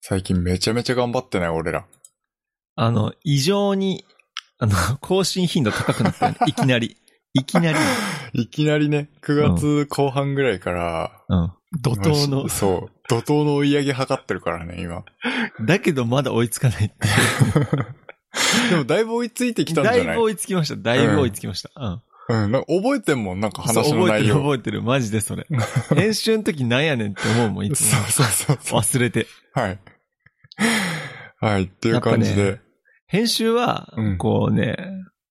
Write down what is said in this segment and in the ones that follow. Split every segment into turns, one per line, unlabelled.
最近めちゃめちゃ頑張ってない、俺ら。
あの、異常に、あの、 更新頻度高くなった よね。いきなり。いきなり。
いきなりね、9月後半ぐらいから、
うん。怒涛
今
の。
そう。怒涛の追い上げ測ってるからね、今。
だけどまだ追いつかないっていう
でもだいぶ追いついてきたんじ
だ
ゃ
い
ない
ぶ追いつきました。だいぶ追いつきました。うん。
うん、なんか覚えてんもん、なんか話
そう
の
覚え
内
てる
容。
覚えてる。マジで それ。練習の時なんやねんって思うもん、いつ
そうそうそうそ
も。忘れて。
う。はい。はい、っていう感じ
や
で。
っ編集は
う、ん
こうね、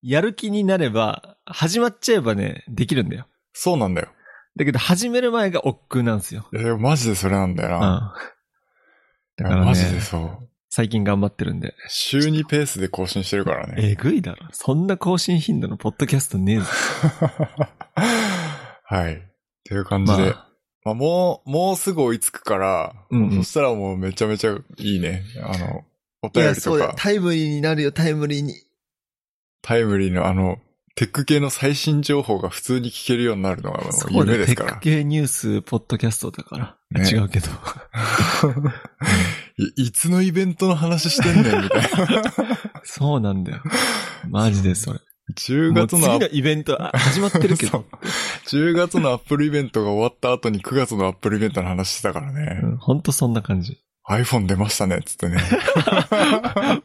やる気になれば、始まっちゃえばね、できるんだよ。
そうなんだよ。
だけど始める前が億劫なんですよ。
えー、マジでそれなんだよ
うん。
な。
だ
い
か
や
ら
マジで
ね、
そう。
最近頑張ってるんで。
週2ペースで更新してるからね。
えぐいだろ。そんな更新頻度のポッドキャストねえぞ。
はい。っていう感じ
ま
で。まあ
あ、
もう、もうすぐ追いつくから、
うんうん
そしたらもうめちゃめちゃいいね。あの、お
い
便りと
だ
か、
タイムリーになるよ、タイムリーに。
タイムリーのあの、テック系の最新情報が普通に聞けるようになるのがも
そううだ
夢
よ
で
テ
すか
ック
ら。
系ニュース、ポッドキャストだから。
ね
違う けど。
いいつのイベントの話してんねんみ たいな。
そうなんだよ。マジで それ。
10
もう
月
次
のアッ
のイベントあ始まってる け
そ
ど
う。10月のアップルイベントが終わった後に9月のアップルイベントの話してたからね。
うんほんとそんな感じ。
iPhone 出ましたね、つって ね。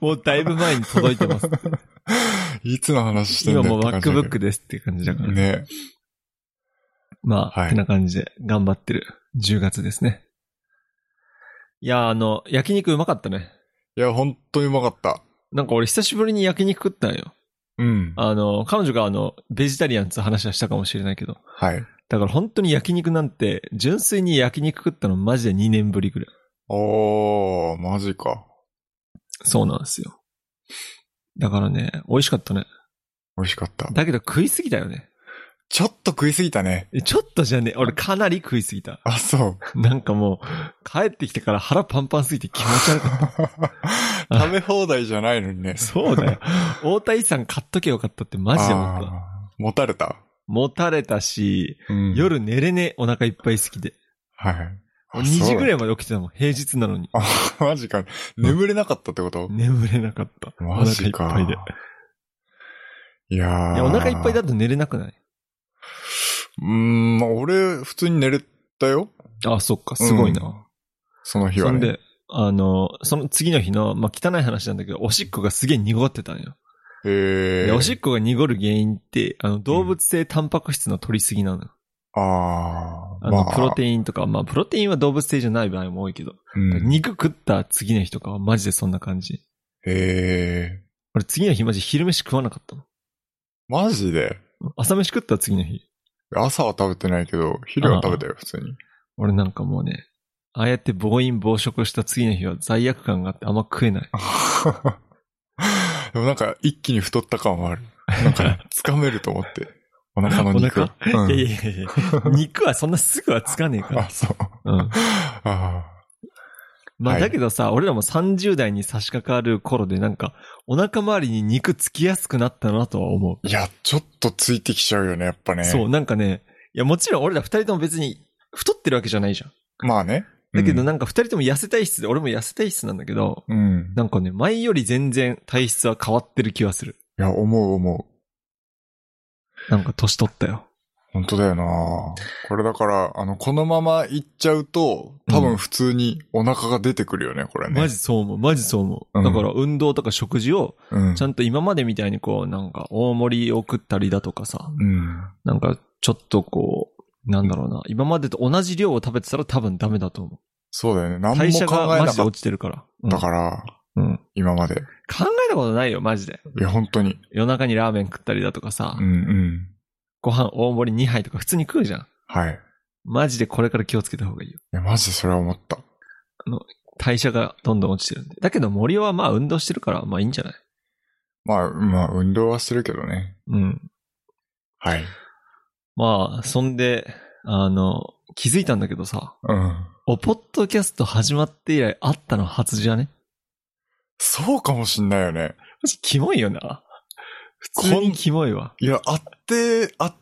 もうだいぶ前に届いて ます。
いつの話してんだ
今
よ
もう
って感じだけ
MacBook ですっていう感じだか
ど
ら。
ね。
まあ、
はい
てな感じで頑張ってる10月ですね。いやー、あの、焼肉うまかったね。
いや、本当にうまかった。
なんか俺久しぶりに焼肉食ったんよ。
うん。
あの、彼女があの、ベジタリアンって話はしたかもしれないけど。
はい。
だから本当に焼肉なんて、純粋に焼肉食ったのマジで2年ぶりぐらい。
おー、マジか。
そうなんですよ。だからね、美味しかったね。
美味しかった。
だけど食いすぎだよね。
ちょっと食いすぎたね。
えちょっとじゃね、俺かなり食いすぎた。
あ、 そう。
なんかもう、帰ってきてから腹パンパンすぎて気持ち悪かっ
食べ放題じゃないのにね
た。。そうだよ。 大田井さん買っとけよかったってマジで思った。
あー持たれた。
持たれたし、
うん。
夜寝れねえお腹いっぱい好きで。
はい。
2時ぐ
い。
らいまで起きてたもん、平日なのに。
あ、 マジか。眠れなかったってこと、
眠れなかった。お
マ
腹い
ジ
っ
か。
ぱいで。
いやー
いや、お腹いっぱいだと寝れなくないう
ーん、まあ俺、普通に寝れたよ。
あ、そっか、すごい
うん
な。
その日
そ
は
ん
ね。
で、あの、その次の日の、まあ、汚い話なんだけど、おしっこがすげえ濁ってたんよ。
え
で、
ー、
おしっこが濁る原因って、あの、動物性タンパク質の取りすぎなのよ。
あー、
あの、
まあ、
プロテインとか、まあ、プロテインは動物性じゃない場合も多いけど、
うん、
肉食った次の日とかはマジでそんな感じ。
えー、
俺次の日マジ昼飯食わなかったの。
マジで
朝飯食った次の日。
朝は食べてないけど、昼は食べたよ、普通に。
俺なんかもうね、ああやって暴飲暴食した次の日は罪悪感があってあんま食えない。
でもなんか、一気に太った感はある。なんか、掴めると思って。お腹の肉。
お
うん
いやいや いやいや肉はそんなすぐはつかねえから
あ、。 そう。
うん。
あ
ま
はい
あだけどさ、俺らも30代に差し掛かる頃でなんか、お腹周りに肉つきやすくなったなとは思う。
ーいや、ちょっとついてきちゃうよね、やっぱね。
そう、なんかね、いやもちろん俺ら二人とも別に太ってるわけじゃないじゃん。
まあね。
だけど
ね。
なんか二人とも痩せ体質で、俺も痩せ体質なんだけど、
うん。
なんかね、前より全然体質は変わってる気はする。
いや、思う思う。
なんか年取ったよ。
本当だよなこれだから、あの、このまま行っちゃうと、多分普通にお腹が出てくるよね、これね。
マジそう思う、マジそう思
う
う。
ん
だから運動とか食事を、
うん
ち。ゃんと今までみたいにこう、なんか大盛りを食ったりだとかさ、
うん。
なんか、ちょっとこう、なんだろうな。今までと同じ量を食べてたら多分ダメだと思
そうだよね。
う。
何も考
代謝が
えな
マ
か
ジで
っ
落ちてるから。うん
たから、
うん。考
今まで。
えたことないよ、マジで。
いや、本当に。
夜中にラーメン食ったりだとかさ、
うんうん。
ご飯大盛り2杯とか普通に食うじゃん。
はい。い
マジでこれから気をつけた方がいいよ。
や、マジでそれは思った。
代謝がどんどん落ちてるんで。だけど森尾はまあ運動してるから、まあいいんじゃない
まあ、まあ、運動はしてるけどね。
うん。
はい。
まあ、そんで、あの、気づいたんだけどさ、
うん。
おポッドキャスト始まって以来会ったの初じゃね
そうかもしんないよね。
マジキモいよな。普通にキモいわ。
いや、あって、あ、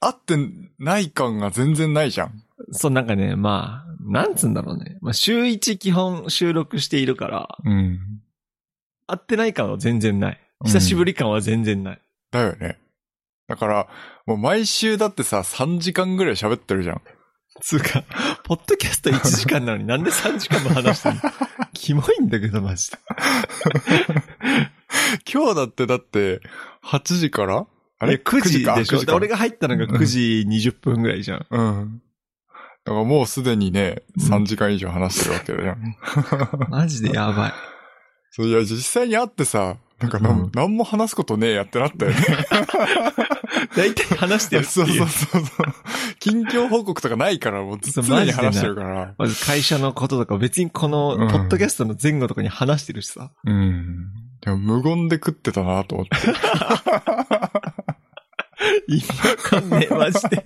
あってない感が全然ないじゃん。
そう、なんかね、まあ、なんつうんだろうね。まあ、週一基本収録しているから、
うん。
会ってない感は全然ない。
うん
久しぶり感は全然ない。
だよね。だから、もう毎週だってさ、3時間ぐらい喋ってるじゃん。
つうか、 ポッドキャスト1時間なのになんで3時間も話 してるのキモいんだけど、マジで。
今日だってだって、8時からあ
い
れ
や9時
か
でしょ。
9時
で
か
俺が入ったのが9時20分ぐらいじゃん。
うん。だからもうすでにね、
うん
3時間以上話してるわけだよ。
マジでやばい。
そういや、実際に会ってさ、なんかな、
うん
ん、何も話すことねえやってなったよね。
大体話してるってい
そうそ
う。
うそうそう。近況報告とかないから、もうず
そう
常
マジ
に
でない
話してるから。
まず会社のこととか別にこの
うん
ポッドキャストの前後とかに話してるしさ。
うん。でも無言で食ってたなと思って。
意味わかんねえ、マジで。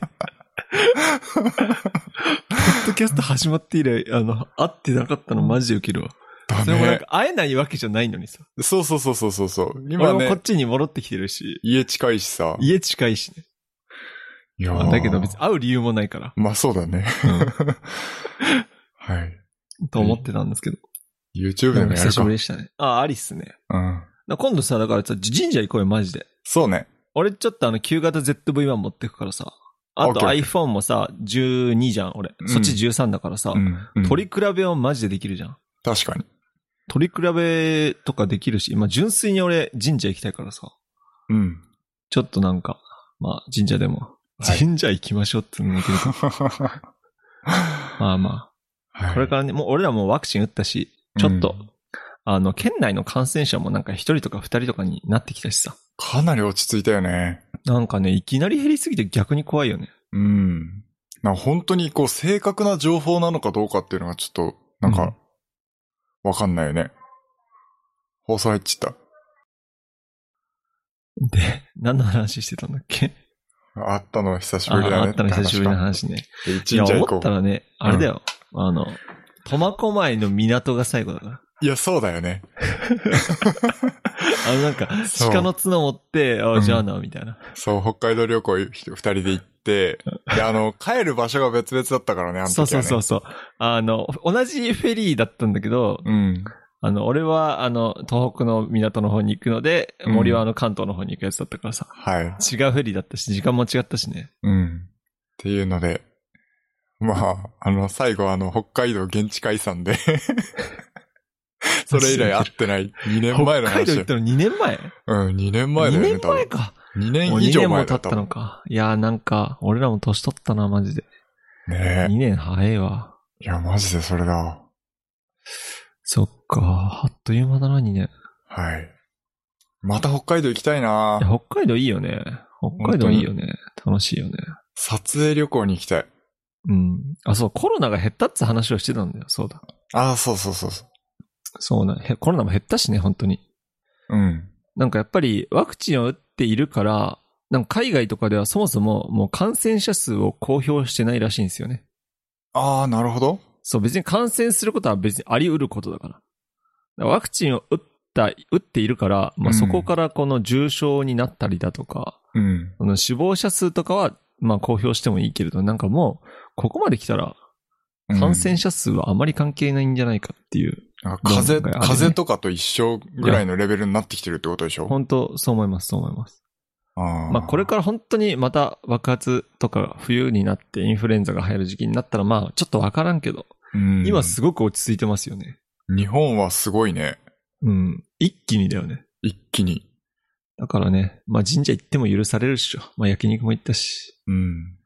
ポッドキャスト始まって以来、あの、会ってなかったのマジでウケるわ。
だ
それもなん
ね
か。会えないわけじゃないのにさ。
そうそうそうそうそうそう。
今
今
俺もこ
ね
っ、ちに戻ってきてるし、
家近いしさ。
家近いしね。
いやー
だけど別に会う理由もないから、
まあそうだね。 はい。
と思ってたんですけど。
YouTube で
なん
も
か
やる
久し
か
ぶり。でしたね。あ、ありっすね。
うん。
な今度さ、だからさ、神社行こうよ、マジで。
そうね。
俺ちょっとあの旧型 ZV-1 持ってくからさ。あと
OK
iPhone もさ、12じゃん、俺。
うん
そっち13だからさ、
うん。うん
取り比べはマジでできるじゃん。
確かに。
取り比べとかできるし、今純粋に俺神社行きたいからさ、
うん。
ちょっとなんか、まあ神社でも、
はい
神社行きましょうっていうのも できるかまあま
は
あ、
い
これからね、もう俺らもワクチン打ったし、ちょっと、
うん
あの、県内の感染者もなんか一人とか二人とかになってきたしさ、
かなり落ち着いたよね。
なんかね、いきなり減りすぎて逆に怖いよね。
うん。なんか本当にこう正確な情報なのかどうかっていうのがちょっと、なん
うん
か、わかんないよね。放送入っちゃっ
で、 何の話してたんだっけ
た。あったのは久し
あ
ぶりだね。
あったの久しぶりの話ね。
確か。
いや、
神社行
思
こ
った
う。
らね、あれだよ。あの、苫小牧の港が最後だから。
いや、そうだよね。
あの、なんか、
そう
鹿の角持って、あ
うん
じゃあな、みたいな。
そう、北海道旅行ひ二人で行って、で、あの、帰る場所が別々だったからね、あの時
そ
は、ね。
うそうそうそう。あの、同じフェリーだったんだけど、
うん。
あの、俺は、あの、東北の港の方に行くので、
うん
森はあの関東の方に行くやつだったからさ。
はい。
違うフェリーだったし、時間も違ったしね。
うん。っていうので、まあ、あの、最後、あの、北海道現地解散で、 それ以来会ってない。2年前の
北海道
話
行
よ
ったの2年前
うん、2年前だよ
?2
ね、
年
多
前
分。
か。
2
もう
年以
2
上
年も
前
経
だ
っ
った
たのか。いやーなんか、俺らも年取ったな、マジで。
ね
2年早いわ。
え。いや、マジでそれだ。
そっか、あっという間だな、2年。
はい。また北海道行きたいない
や北海道いいよね。北海道いいよね。楽しいよね。
撮影旅行に行きたい。
うん。あ、そう、コロナが減ったって話をしてたんだよ。そうだ。
ああ、そうそうそうそ
そうな。へコロナも減ったしね、本当に。
う。うん。
なんかやっぱりワクチンを打っているから、なんか海外とかではそもそももう感染者数を公表してないらしいんですよね。
ああ、なるほど。
そう、別に感染することは別にあり得ることだから。だからワクチンを打った、打っているから、まあ、そこからこの重症になったりだとか、
うん。
その死亡者数とかは、まあ公表してもいいけれど、なんかもう、ここまで来たら、
うん
感染者数はあまり関係ないんじゃないかっていう、
なんか風、
どんどんあれね
風邪とかと一緒ぐらいのレベルになってきてるってことでしょ
本当そう思います、そう思います。
ああ
まあこれから本当にまた爆発とか冬になってインフルエンザが流行る時期になったら、まあちょっとわからんけど、
うん
今すごく落ち着いてますよね。
日本はすごいね。
うん。一気にだよね。
一気に。
だからね、まあ神社行っても許されるっしょ。まあ焼肉も行ったし。
うん。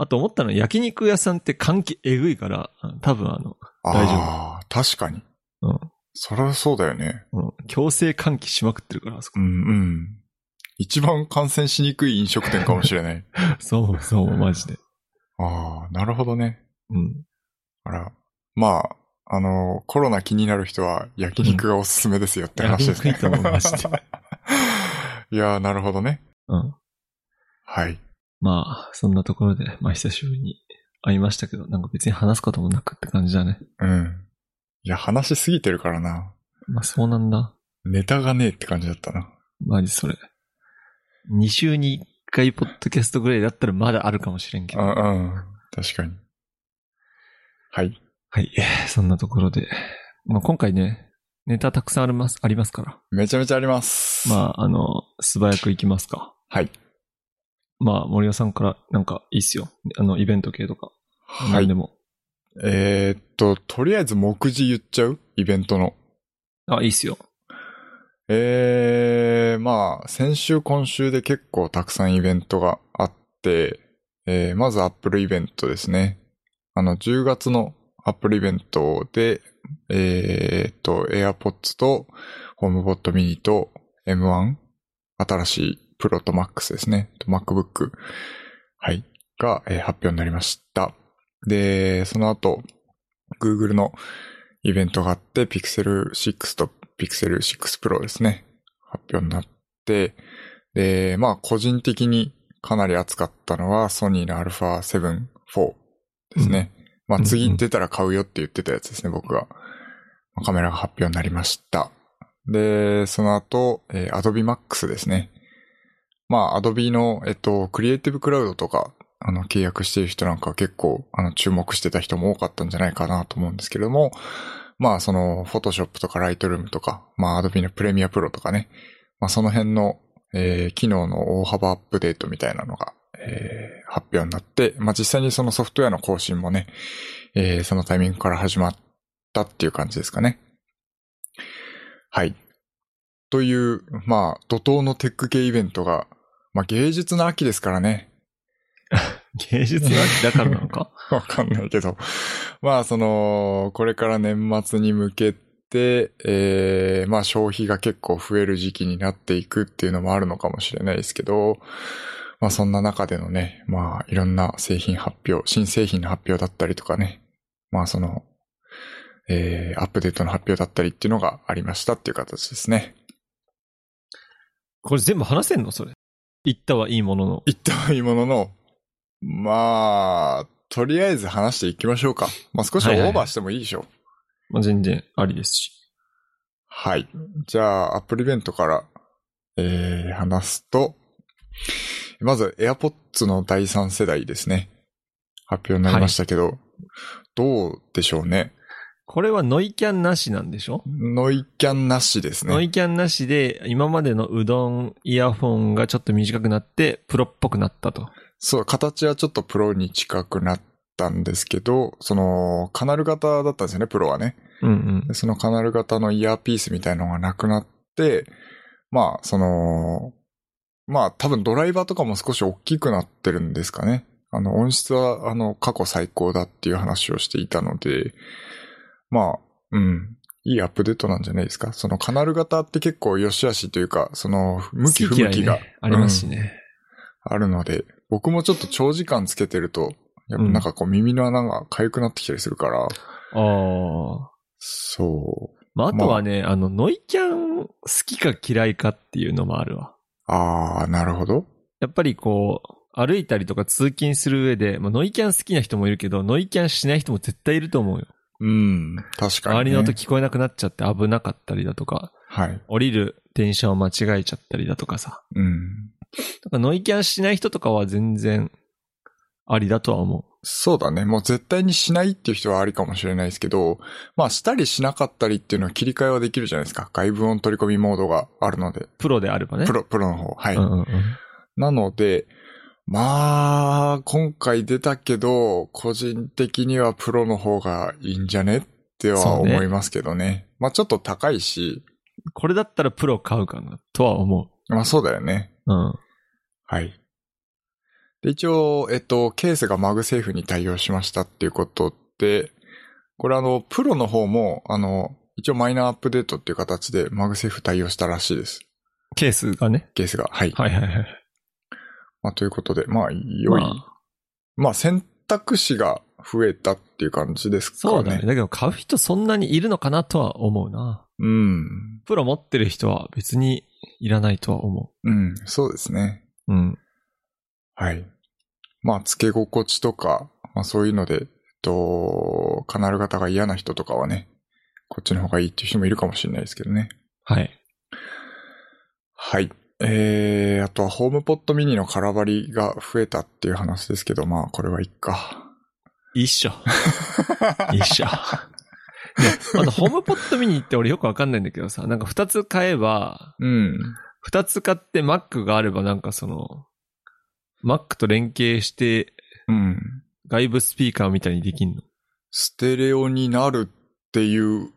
あと思ったのは焼肉屋さんって換気えぐいから、多分あの、大丈夫
ああ、確かに。
うん
そりゃそうだよね。
うん強制換気しまくってるから、あそこ
うんうん。一番感染しにくい飲食店かもしれ ない。
そうそう、マジで。
ああ、なるほどね。
うん。
あら。まあ、あの、コロナ気になる人は焼肉がおすすめですよって話ですね。
焼肉いいと思いまし
いやー、なるほどね。
うん。
はい。
まあ、そんなところで、まあ久しぶりに会いましたけど、なんか別に話すこともなくって感じだね。
うん。いや、話しすぎてるからな。
まあそうなんだ。
ネタがねえって感じだったな。
マジそれ。2週に1回ポッドキャストぐらいだったらまだあるかもしれんけ
う
ど。
んうん。確かに。はい。
はい。そんなところで。まあ、今回ね、ネタたくさんあります、ありますから。
めちゃめちゃあります。
まあ、あの、素早くいきますか。
はい。
まあ、森尾さんからなんかいいっすよ。あの、イベント系とか。
は
何
い
で。も。
えーっと、とりあえず目次言っちゃうイベントの。
あ、いいっすよ。
えー、まあ、先週今週で結構たくさんイベントがあって、えー、まず Apple イベントですね。あの、10月の Apple イベントで、えー、っと、AirPods と HomePod mini と M1、新しい Pro と Max ですね。と MacBook、はい、が、えー発表になりました。で、その後、Google のイベントがあって、Pixel 6と Pixel 6 Pro ですね。発表になって、で、まあ個人的にかなり熱かったのは、ソニーの α7-4 ですね。まあ次に出たら買うよって言ってたやつですね、僕が。まあカメラが発表になりました。で、その後、えー Adobe Max ですね。まあ Adobe の、えっと、Creative Cloud とか、あの、契約してる人なんかは結構、あの、注目してた人も多かったんじゃないかなと思うんですけれども、まあ、その、Photoshop とか Lightroom とか、まあ、Adobe の Premiere Pro とかね、まあ、その辺の、えー機能の大幅アップデートみたいなのが、えー発表になって、まあ、実際にそのソフトウェアの更新もね、えーそのタイミングから始まったっていう感じですかね。はい。という、まあ、怒涛のテック系イベントが、まあ、芸術の秋ですからね。
芸術の秋だからなのか
わかんないけど。まあ、その、これから年末に向けて、えーまあ消費が結構増える時期になっていくっていうのもあるのかもしれないですけど、まあそんな中でのね、まあいろんな製品発表、新製品の発表だったりとかね、まあその、えーアップデートの発表だったりっていうのがありましたっていう形ですね。
これ全部話せんのそれ。言ったはいいものの。
言ったはいいものの、まあ、とりあえず話していきましょうか。まあ少しはオーバーしてもいいでしょう。
まあ、全然ありですし。
はい。じゃあ、アップルイベントから、えー、話すと、まず AirPods の第3世代ですね。発表になりましたけど、どうでしょうね。
これはノイキャンなしなんでしょ、
ノイキャンなしです
ノ
ね。
イキャンなしで、今までのうどんイヤホンがちょっと短くなって、プロっぽくなったと。
そう、形はちょっとプロに近くなったんですけど、その、カナル型だったんですよね、プロはね。
うんうん
で。そのカナル型のイヤーピースみたいのがなくなって、まあ、その、まあ多分ドライバーとかも少し大きくなってるんですかね。あの音質はあの過去最高だっていう話をしていたので、まあ、うん。いいアップデートなんじゃないですか。そのカナル型って結構良し悪しというか、その向き
好
不
き嫌
向
い
きが
ねありますしね。
あるので、僕もちょっと長時間つけてると、やっぱなんかこう耳の穴が痒くなってきたりするから、
ああ。
そう。
まあ、あとはね、あの、ノイキャン好きか嫌いかっていうのもあるわ。
あー、なるほど。
やっぱりこう、歩いたりとか通勤する上で、まあ、ノイキャン好きな人もいるけど、ノイキャンしない人も絶対いると思うよ。
うん。確かに、ね。
周りの音聞こえなくなっちゃって危なかったりだとか、
はい。
降りる電車を間違えちゃったりだとかさ。
うん。
だからノイキャンしない人とかは全然ありだとは思
そうだね。もう絶対にしないっていう人はありかもしれないですけど、まあしたりしなかったりっていうのは切り替えはできるじゃないですか。外部音取り込みモードがあるので
う。。プロであればね。
プロ、プロの方。はい。
うんうんうん。
なので、まあ、今回出たけど、個人的にはプロの方がいいんじゃねっては
そうね
思いますけどね。まあちょっと高いし、
これだったらプロ買うかなとは思
まあそうだよね。
う。うん。
はい。で、一応、えっと、ケースがマグセーフに対応しましたっていうことで、これあの、プロの方も、あの、一応マイナーアップデートっていう形でマグセーフ対応したらしいです。
ケースがね。
ケースが。はい。
はいはいはい。
まあ、ということで、まあ、良い。まあ、
あ、
選択肢が増えたっていう感じですかね。
そうだね。だけど買う人そんなにいるのかなとは思うな。
うん。
プロ持ってる人は別にいらないとは思
うん、そうですね。
う。うん。
はい。まあ、付け心地とか、まあそういうので、えっと、カナル型が嫌な人とかはね、こっちの方がいいっていう人もいるかもしれないですけどね。
はい。
はい。えー、あとはホームポットミニの空張りが増えたっていう話ですけど、まあこれはいっか。
一緒。 一 緒。ね、あと、ホームポットミニって俺よくわかんないんだけどさ、なんか二つ買えば、
うん。
二つ買って Mac があればなんかその、Mac と連携して
うん。
外部スピーカーみたいにできんの。
ステレオになるっていう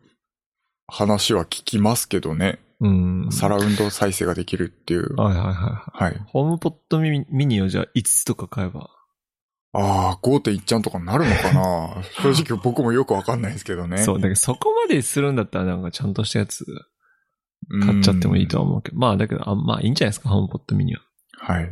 話は聞きますけどね。
うん。
サラウンド再生ができるっていう。
はいはいはい
は
はい。
い。
ホームポットミミニをじゃあ5つとか買えば。
ああ、5.1ちゃんとかになるのか な正直僕もよくわかんないですけどね。
そう、だけどそこまでするんだったらなんかちゃんとしたやつ買っちゃってもいいとは思うけど。まあだけど、あまあいいんじゃないですか、ホームポットミニは。
うん。はい。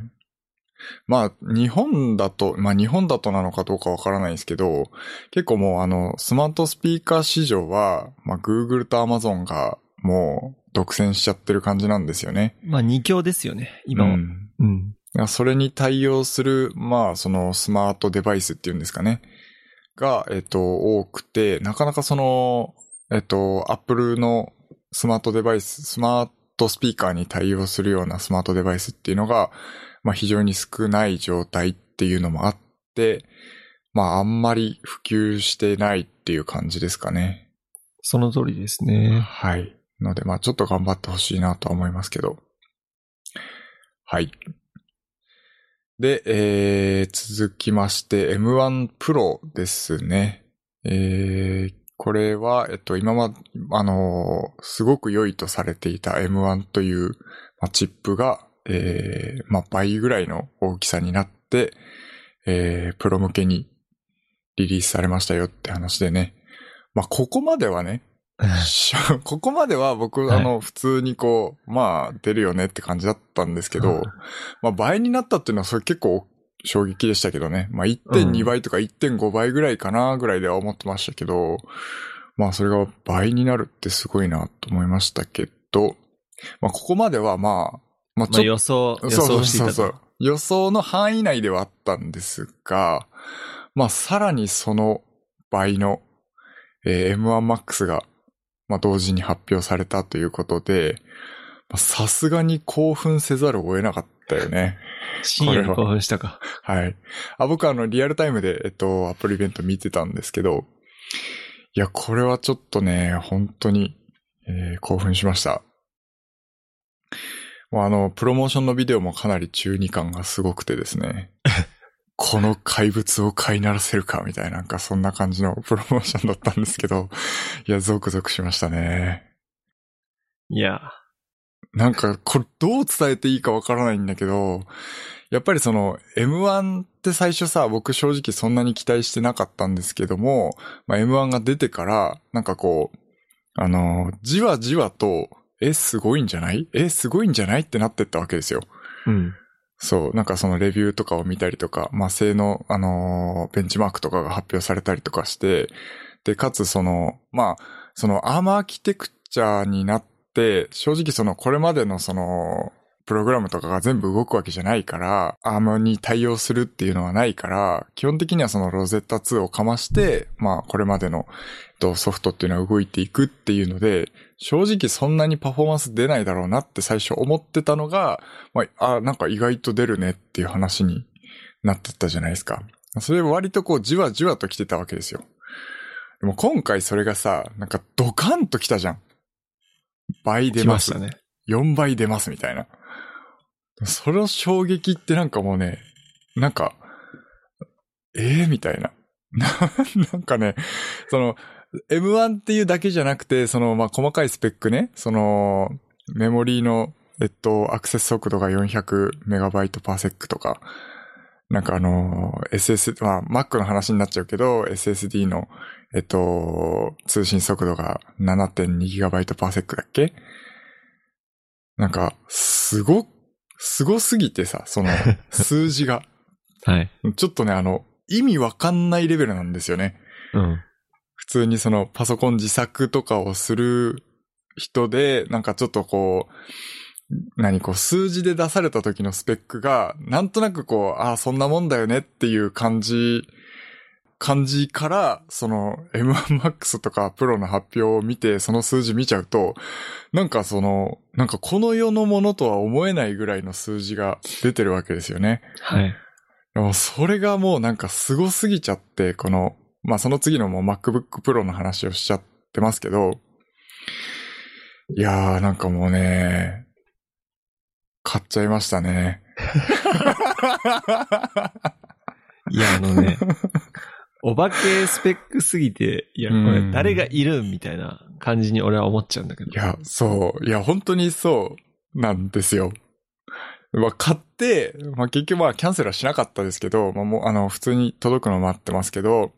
まあ、日本だと、まあ日本だとなのかどうかわからないですけど、結構もうあの、スマートスピーカー市場は、まあ Google と Amazon がもう独占しちゃってる感じなんですよね。
まあ2強ですよね、今
う
は。うん。
んいやそれに対応する、まあ、そのスマートデバイスっていうんですかね。が、えっと、多くて、なかなかその、えっと、Apple のスマートデバイス、スマートスピーカーに対応するようなスマートデバイスっていうのが、まあ、非常に少ない状態っていうのもあって、まあ、あんまり普及してないっていう感じですかね。
その通りです ね。
はい。ので、まあ、ちょっと頑張ってほしいなとは思いますけど。はい。で、えー、続きまして、M1 Pro ですね。えー、これは、えっと、今ま、あのーすごく良いとされていた M1 という、まあ、チップが、えー、まあ、倍ぐらいの大きさになって、えー、プロ向けにリリースされましたよって話でね。まあ、ここまではね、しょ ここまでは僕、
はい
あの、普通にこう、まあ、出るよねって感じだったんですけど、まあ倍になったっていうのはそれ結構衝撃でしたけどね。まあ
う
1.2
ん
倍とか1.5倍ぐらいかなぐらいでは思ってましたけど、まあそれが倍になるってすごいなと思いましたけど、まあここまではまあ、まあ
まあ予想、予想していたと。
そうそうそうそう予想の範囲内ではあったんですが、まあさらにその倍の、えー M1MAX が、まあ、同時に発表されたということで、まあさすがに興奮せざるを得なかったよね。
深夜に興奮したか。
はい。あ、僕あの、リアルタイムで、えっと、アップルイベント見てたんですけど、いや、これはちょっとね、本当に、えー興奮しました。もうあの、プロモーションのビデオもかなり中二感がすごくてですね、この怪物を飼いならせるか、みたいな、なんかそんな感じのプロモーションだったんですけど、いや、ゾクゾクしましたね。
いや、
なんか、これどう伝えていいかわからないんだけど、やっぱりその M1 って最初さ、僕正直そんなに期待してなかったんですけども、まあ、M1 が出てから、なんかこう、あのーじわじわと、え、すごいんじゃないえ、すごいんじゃないってなってったわけですよ。
うん。
そう、なんかそのレビューとかを見たりとか、まあ、性能、あのーベンチマークとかが発表されたりとかして、で、かつその、まあ、そのアーマーアーキテクチャになって、正直そのこれまでのその、プログラムとかが全部動くわけじゃないから、アームに対応するっていうのはないから、基本的にはそのロゼッタ2をかまして、まあこれまでのえっとソフトっていうのは動いていくっていうので、正直そんなにパフォーマンス出ないだろうなって最初思ってたのが、まあ、あ、なんか意外と出るねっていう話になってったじゃないですか。それ割とこうじわじわと来てたわけですよ。でも今回それがさ、なんかドカンと来たじゃん。倍出
来
ま
ますし。たね。
4倍出ますみたいな。その衝撃ってなんかもうね、なんか、ええー、みたいな。 ななんかね、その、M1 っていうだけじゃなくて、その、まあ、細かいスペックね、その、メモリーの、えっと、アクセス速度が 400MB パーセックとか、なんかあの、SS、まあ、Mac の話になっちゃうけど、SSD の、えっと、通信速度が 7.2GB パーセックだっけなんか、すご、すごすぎてさ、その、数字が。
はい。
ちょっとね、あの、意味わかんないレベルなんですよね。
うん。
普通にその、パソコン自作とかをする人で、なんかちょっとこう、何こう、数字で出された時のスペックが、なんとなくこう、ああ、そんなもんだよねっていう感じ、感じから、その、M1MAX とかプロの発表を見て、その数字見ちゃうと、なんかその、なんかこの世のものとは思えないぐらいの数字が出てるわけですよね。
はい。
でもそれがもうなんか凄すぎちゃって、この、まあその次のもう MacBook Pro の話をしちゃってますけど、いやーなんかもうね、買っちゃいましたね。
いや、あのね、お化けスペックすぎて、いや、こ
う
れ
ん
誰がいるみたいな感じに俺は思っちゃうんだけど。
いや、そう。いや、本当にそうなんですよ。まあ、買って、まあ、結局まあ、キャンセルはしなかったですけど、まあ、もう、あの、普通に届くの待ってますけど、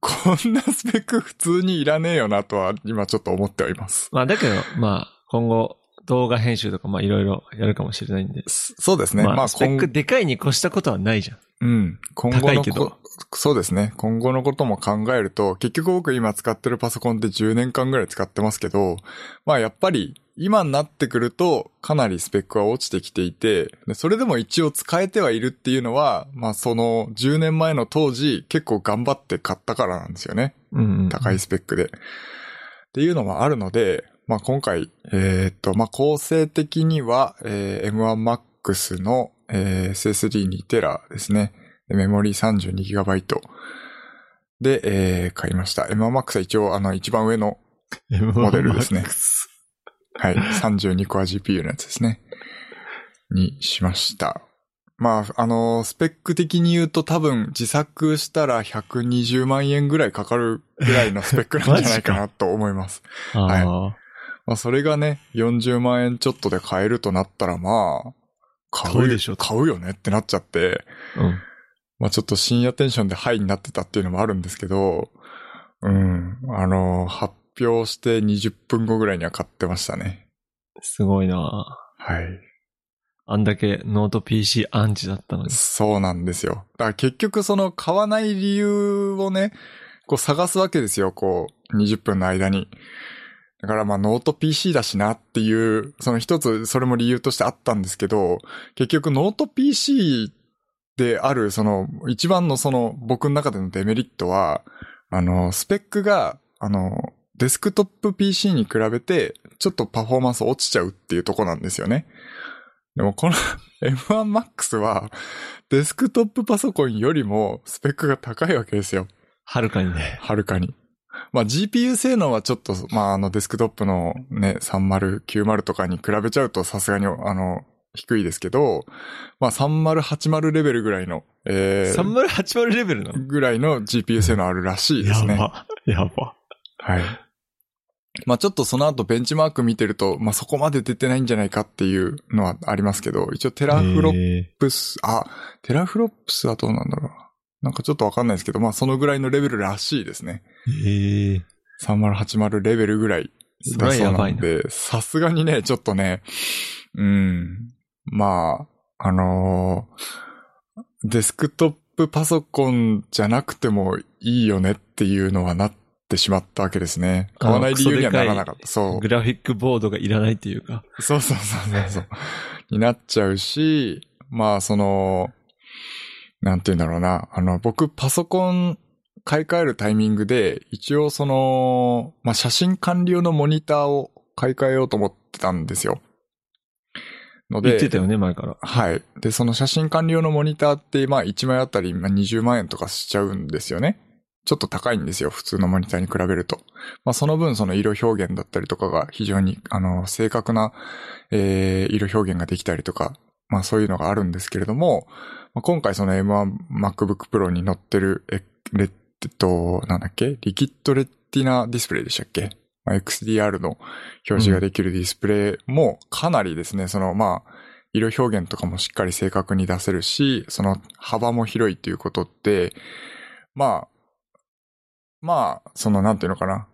こんなスペック普通にいらねえよなとは、今ちょっと思ってはいます。
まあ、だけど、まあ、今後、動画編集とか、まあ、いろいろやるかもしれないんで。
そそうですね。まあ、
まあ、スペック
今、
でかいに越したことはないじゃん。
うん。今後
高い
の
けど
こ、そうですね。今後のことも考えると、結局僕今使ってるパソコンって10年間ぐらい使ってますけど、まあやっぱり今になってくるとかなりスペックは落ちてきていて、でそれでも一応使えてはいるっていうのは、まあその10年前の当時結構頑張って買ったからなんですよね。
うん、うん。
高いスペックで。っていうのもあるので、まあ今回、えーっと、まあ構成的には、えー M1MAX の、えー SSD2TB ですね。でメモリー 32GB で、えー買いました。M1MAX は一応あの一番上の、モデルですね
M1
はい、32コア GPU のやつですね。にしました。まあ、あのスペック的に言うと多分自作したら120万円ぐらいかかるぐらいのスペックなんじゃないかなと思います。
Max ああ、
まあ、それがね、40万円ちょっとで買えるとなったら、まあ、買
買
う
うでしょと
買うよねってなっちゃって、
うん。
まあちょっと深夜テンションでハイになってたっていうのもあるんですけど、うん、あの、発表して20分後ぐらいには買ってましたね。
すごいな
はい。
あんだけノート PC アンチだったのに。
そうなんですよ。だから結局その買わない理由をね、こう探すわけですよ、こう、20分の間に。だからまあノート PC だしなっていう、その一つそれも理由としてあったんですけど、結局ノート PC である、その一番のその僕の中でのデメリットは、あの、スペックが、あの、デスクトップ PC に比べて、ちょっとパフォーマンス落ちちゃうっていうとこなんですよね。でもこの M1MAX は、デスクトップパソコンよりもスペックが高いわけですよ。
はるかにね。
はるかに。まあ GPU 性能はちょっと、まああのデスクトップのね、3090とかに比べちゃうとさすがにあの、低いですけど、まあ3080レベルぐらいの、えー、
3080レベルなの
ぐらいの GPU 性能あるらしいですね。
ば。やば。
はい。まあちょっとその後ベンチマーク見てると、まあそこまで出てないんじゃないかっていうのはありますけど、一応テラフロッ
へ
テラフロップス、あ、テラフロップスはどうなんだろうな。なんかちょっとわかんないですけど、まあそのぐらいのレベルらしいですね。
え。へえ。
3080レベルぐらい
それ
だ
は
そう
やば
ないん
な。
で、さすがにね、ちょっとね、うん、まあ、あのーデスクトップパソコンじゃなくてもいいよねっていうのはなってしまったわけですね。買わない理由にはならなかった。そう。
グラフィックボードがいらないっていうか。
そうそうそうそうそう。になっちゃうし、まあその、なんて言うんだろうな。あの、僕パソコン買い替えるタイミングで、一応その、まあ写真管理用のモニターを買い替えようと思ってたんですよ。ので、
言ってたよね、前から。
はい。で、その写真管理用のモニターって、まあ1枚あたりまあ20万円とかしちゃうんですよね。ちょっと高いんですよ、普通のモニターに比べると。まあその分その色表現だったりとかが非常に、あの、正確な、えー、色表現ができたりとか、まあそういうのがあるんですけれども、まあ、今回その M1MacBook Pro に載ってる、え、レッド、なんだっけリキッドレティナディスプレイでしたっけまあ ?XDR の表示ができるディスプレイもかなりですね、そのまあ、色表現とかもしっかり正確に出せるし、その幅も広いということって、まあ、まあ、そのなんていうのかな。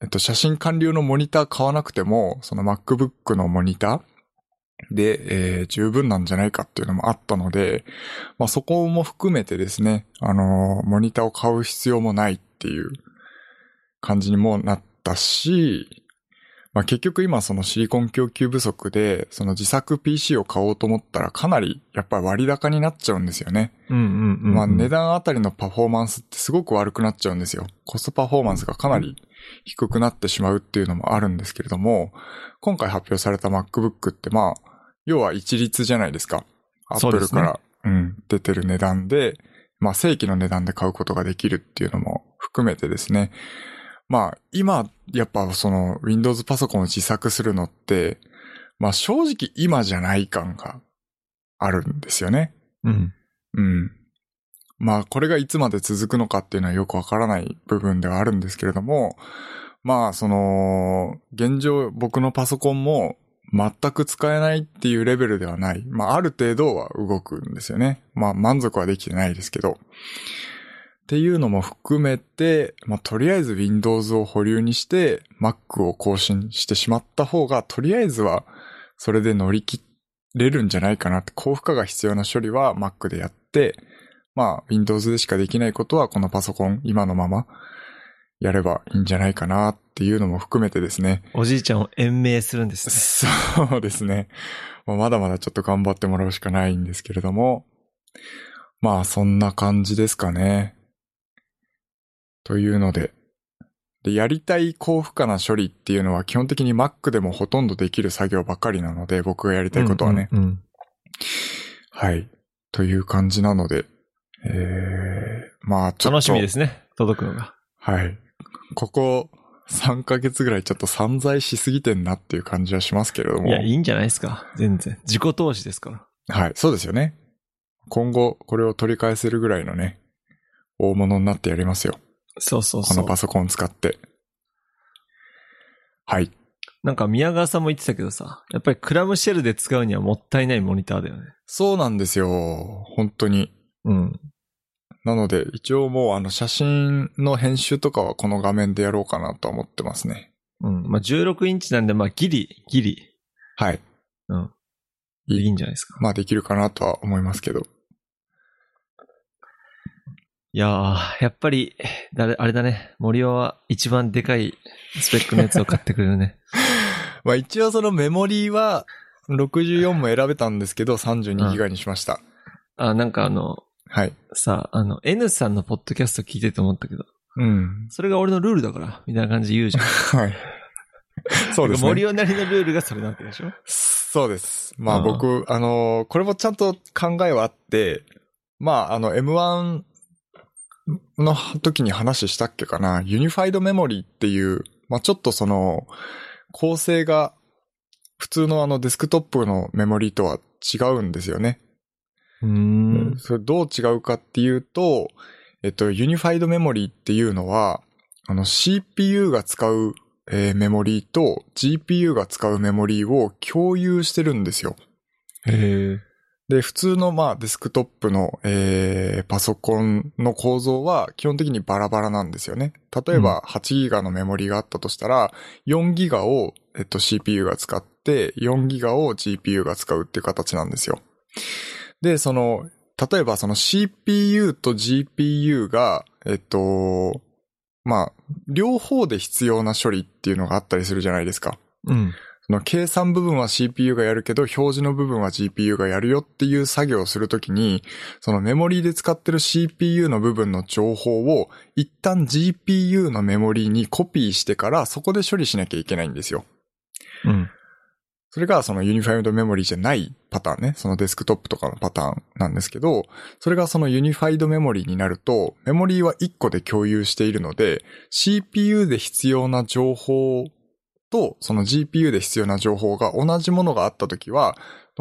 えっと、写真完了のモニター買わなくても、その MacBook のモニターで、えー十分なんじゃないかっていうのもあったので、まあそこも含めてですね、あのーモニターを買う必要もないっていう感じにもなったし、まあ結局今そのシリコン供給不足で、その自作 PC を買おうと思ったらかなりやっぱり割高になっちゃうんですよね。
うんうんうん。
まあ値段あたりのパフォーマンスってすごく悪くなっちゃうんですよ。コストパフォーマンスがかなり低くなってしまうっていうのもあるんですけれども、今回発表された MacBook ってまあ、要は一律じゃないですか。
そう
Apple
ですね
からう,、うん、出てる値段で、まあ正規の値段で買うことができるっていうのも含めてですね。まあ今、やっぱその Windows パソコンを自作するのって、まあ正直今じゃない感があるんですよね。
うん。
うん。まあ、これがいつまで続くのかっていうのはよくわからない部分ではあるんですけれども、まあ、その、現状僕のパソコンも全く使えないっていうレベルではない。まあ、ある程度は動くんですよね。まあ、満足はできてないですけど。っていうのも含めて、まあ、とりあえず Windows を保留にして Mac を更新してしまった方が、とりあえずはそれで乗り切っれるんじゃないかなって、高負荷が必要な処理は Mac でやって、まあ、Windows でしかできないことはこのパソコン、今のまま、やればいいんじゃないかなっていうのも含めてですね。
おじいちゃんを延命するんですね。
そうですね。まあまだまだちょっと頑張ってもらうしかないんですけれども。まあ、そんな感じですかね。というので。で、やりたい高負荷な処理っていうのは基本的に Mac でもほとんどできる作業ばかりなので、僕がやり たいことはね。
うんうん
はい。という感じなので、えー、まあちょっと。。
楽しみですすね。届くのが。
はい。ここ3ヶ月ぐらいちょっと散財しすぎてんなっていう感じはしますけれども。
いや、いいんじゃないですか。全然。自己投資ですから。
はい、そうですよね。今後、これを取り返せるぐらいのね、大物になってやりますよ。
そうそう
こ
そ
の
う。
パソコン使って。はい。
なんか宮川さんも言ってたけどさ、やっぱりクラムシェルで使うにはもったいないモニターだよね。
そうなんですよ。本当に。
うん。
なので、一応もうあの写真の編集とかはこの画面でやろうかなとは思ってますね。
うん。まあ、16インチなんで、まあ、ギリ、ギリ、
はい。
いいんじゃないですか。
まあできるかなとは思いますけど。
いやー、やっぱり、だれあれだね。森尾は一番でかいスペックのやつを買ってくれるね。
まあ一応そのメモリーは64も選べたんですけど、32ギガにしました。
あ、なんかあの、
はい。
さ、あの、N さんのポッドキャスト聞いてて思ったけど、
うん。
それが俺のルールだから、みたいな感じで言うじゃん。
はい。 そうですね。
森尾なりのルールがそれなわけでしょ
そうです。ま
う
あ
ん
僕、あのーこれもちゃんと考えはあって、まああの M1 の時に話したっけかな、ユニファイドメモリーっていう、まあちょっとその、構成が普通のあのデスクトップのメモリーとは違うんですよね。
うーん。
それどう違うかっていうと、えっと、ユニファイドメモリーっていうのは、あの CPU が使う、えーメモリーと GPU が使うメモリーを共有してるんですよ。
へえ。
で、普通のまあデスクトップの、えーパソコンの構造は基本的にバラバラなんですよね。例えば8ギガのメモリがあったとしたら、4ギガを、えっと、CPU が使って、4ギガを GPU が使うっていう形なんですよ。で、その、例えばその CPU と GPU が、えっと、まあ、両方で必要な処理っていうのがあったりするじゃないですか。
うん。
その計算部分は CPU がやるけど、表示の部分は GPU がやるよっていう作業をするときに、そのメモリーで使ってる CPU の部分の情報を、一旦 GPU のメモリーにコピーしてから、そこで処理しなきゃいけないんですよ。
うん。
それがそのユニファイドメモリーじゃないパターンね。そのデスクトップとかのパターンなんですけど、それがそのユニファイドメモリーになると、メモリーは1個で共有しているので、CPU で必要な情報と、その GPU で必要な情報が同じものがあったときは、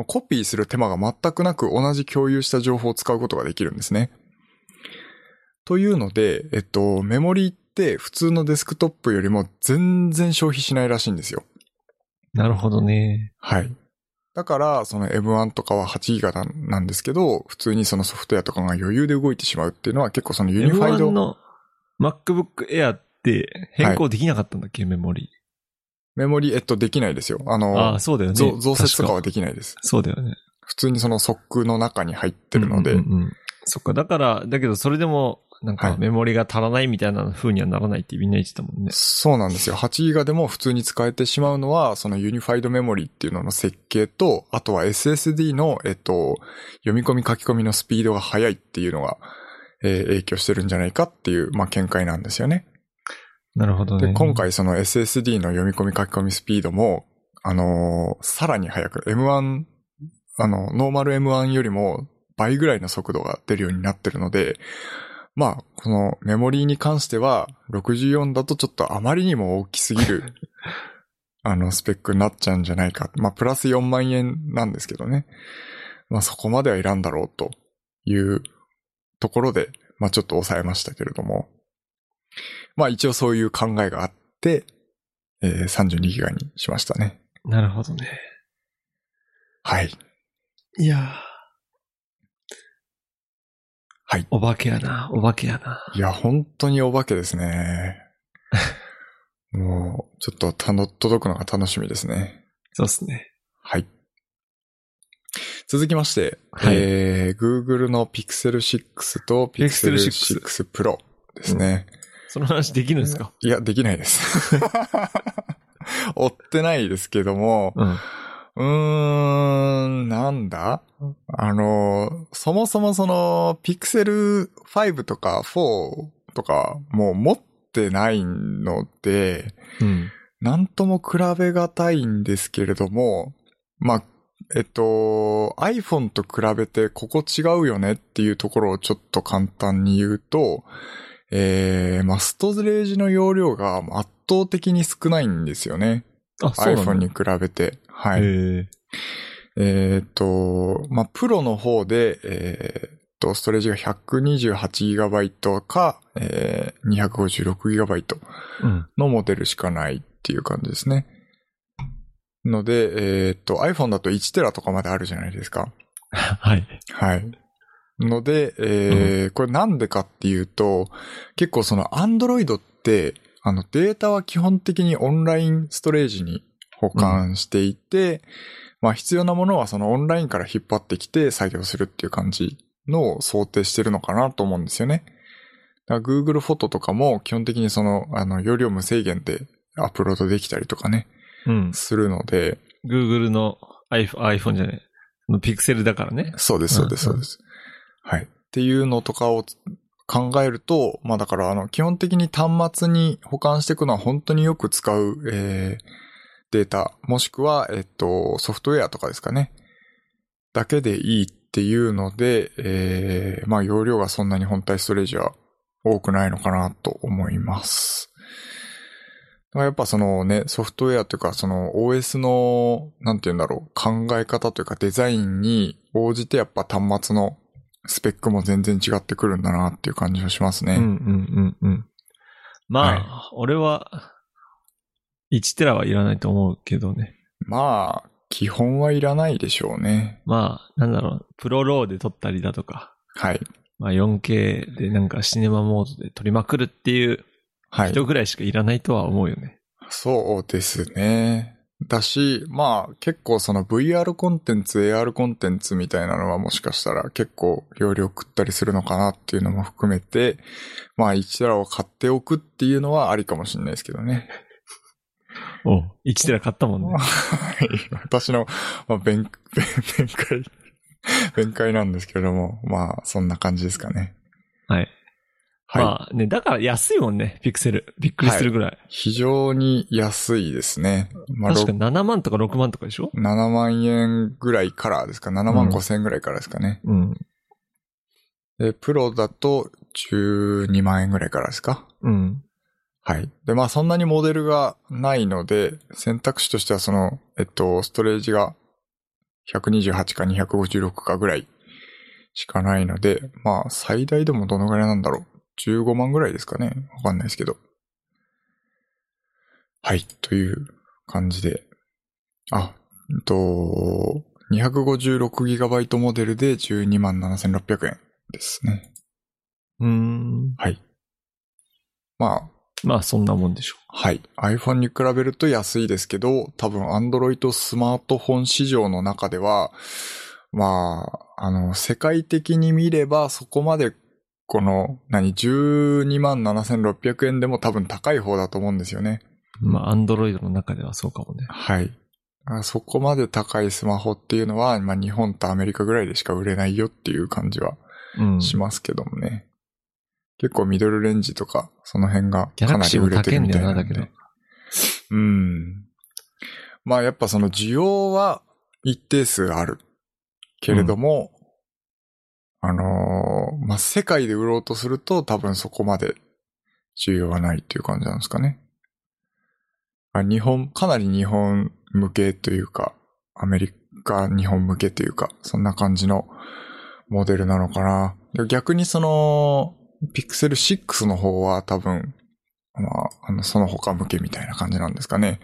コピーする手間が全くなく同じ共有した情報を使うことができるんですね。というので、えっと、メモリーって普通のデスクトップよりも全然消費しないらしいんですよ。
なるほどね。
はい。だから、その M1 とかは8ギガなんなんですけど、普通にそのソフトウェアとかが余裕で動いてしまうっていうのは結構そのユニファイ
M1
ド
の MacBook Air って変更できなかったんだっけ、メモリ。
メモリ、えっと、できないですよ。あ
ああ、
の、
そうだよね。
増増設とか
確
はできないです。
そうだよね。
普通にそのソックの中に入ってるので、
うんうんうんそっか、だから、だけどそれでも、なん
は
か
い
メモリが足らないみたいな風にはならないってみんな言ってたもんね。
そうなんですよ。8ギガでも普通に使えてしまうのは、そのユニファイドメモリっていうのの設計と、あとは SSD の、えっと、読み込み書き込みのスピードが速いっていうのが、えー影響してるんじゃないかっていう、まあ、見解なんですよね。
なるほど
で、
ね。
今。回その SSD の読み込み書き込みスピードも、あのーさらに速く、M1、あの、ノーマル M1 よりも倍ぐらいの速度が出るようになってるので、まあ、このメモリーに関しては、64だとちょっとあまりにも大きすぎ る、あの、スペックになっちゃうんじゃないか。まあ、プラス4万円なんですけどね。まあ、そこまではいらんだろうというところで、まあ、ちょっと抑えましたけれども。まあ、一応そういう考えがあって、えー、32ギガにしましたね。
なるほどね。
はい。
いやー
はい
お化けやな、お化けやな。
いや、本当にお化けです ね。もう、ちょっとたの、届くのが楽しみですね。
そうっすね。
はい。続きまして、
はい
えー、Google の Pixel 6と
Pixel
Pixel 6
6
Pro ですね。
その話できるんですか
いや、できないです。 追ってないですけども、
うん。
うーん、なんだあの、そもそもその、ピクセル5とか4とか、もう持ってないので、
うん。
なんとも比べがたいんですけれども、まあ、えっと、iPhone と比べてここ違うよねっていうところをちょっと簡単に言うと、えー、まあ、ストレージの容量が圧倒的に少ないんですよね。
あ、そうなんだ
iPhone に比べて。はい。
へえ。
えーっと、まあ、プロの方で、えーっと、ストレージが 128GB か、えー、256GB
うん。
のモデルしかないっていう感じですね。ので、えーっと、iPhone だと 1TB とかまであるじゃないですか。
はい。
はい。ので、えーこれなんでかっていうと、結構その Android って、あのデータは基本的にオンラインストレージに保管していて、まあ必要なものはそのオンラインから引っ張ってきて作業するっていう感じのを想定してるのかなと思うんですよね。だから Google フォトとかも基本的にその、あの、容量無制限でアップロードできたりとかね、
うん。
するので、
Google の iPhone, iPhone じゃない。のピクセルだからね。
そうです、そうです、
う
そ
ん
うです。はい。っていうのとかを考えると、まあだから、あの、基本的に端末に保管していくのは本当によく使う、えー、データ、もしくは、えっと、ソフトウェアとかですかね。だけでいいっていうので、えー、まあ容量がそんなに本体ストレージは多くないのかなと思います。だからやっぱそのね、ソフトウェアというか、その OS の、なんて言うんだろう、考え方というかデザインに応じてやっぱ端末のスペックも全然違ってくるんだなっていう感じがしますね。
うんうんうんうん。まあ、俺は、1テラはいらないと思うけどね。
まあ、基本はいらないでしょうね。
まあ、なんだろう、プロローで撮ったりだとか、
はい。
まあ 4K でなんかシネマモードで撮りまくるっていう
はい。
人ぐらいしかいらないとは思うよね。
そうですね。だし、まあ結構その VR コンテンツ、AR コンテンツみたいなのはもしかしたら結構容量食ったりするのかなっていうのも含めて、まあ1テラを買っておくっていうのはありかもしれないですけど ね。
おう1テラ買ったもんね。
はい。私の、まあ、弁、弁、弁解、弁解なんですけれども、まあそんな感じですかね。
はい。
はい。
まあね、だから安いもんね、ピクセル。びっくりするぐらい。
非常に安いですね。まあ
確か7万とか6万とかでしょ
7万円ぐらいからですか ?7 万5千円ぐらいからですかね。
うん。
で、プロだと12万円ぐらいからですか
うん。
はい。で、まあそんなにモデルがないので、選択肢としてはその、えっと、ストレージが128か256かぐらいしかないので、まあ最大でもどのぐらいなんだろう。15万ぐらいですかね。わかんないですけど。はい。という感じで。あ、うんと、256GB モデルで12万7600円ですね。
うーん。
はい。まあ、
まあそんなもんでしょ
はい。iPhone に比べると安いですけど、多分 Android スマートフォン市場の中では、まあ、あの、世界的に見ればそこまで、この、何、12万7600円でも多分高い方だと思うんですよね。
う。まあ、アンドロイドの中ではそうかもね。
はい。あそこまで高いスマホっていうのは、まあ日本とアメリカぐらいでしか売れないよっていう感じは
うん。
しますけどもね。結構ミドルレンジとか、その辺が
ギャ
か
ラク
なり
シーも
売れて
高い
る
ん
み
だ
たい
よな、
な
だ
ん
け
で
ど。。
うん。まあやっぱその需要は一定数ある。けれども、あのーまあ、世界で売ろうとすると多分そこまで需要はないっていう感じなんですかね。あ日本、かなり日本向けというか、アメリカ日本向けというか、そんな感じのモデルなのかな。で逆にその、ピクセル6の方は多分、まあ、あの、その他向けみたいな感じなんですかね。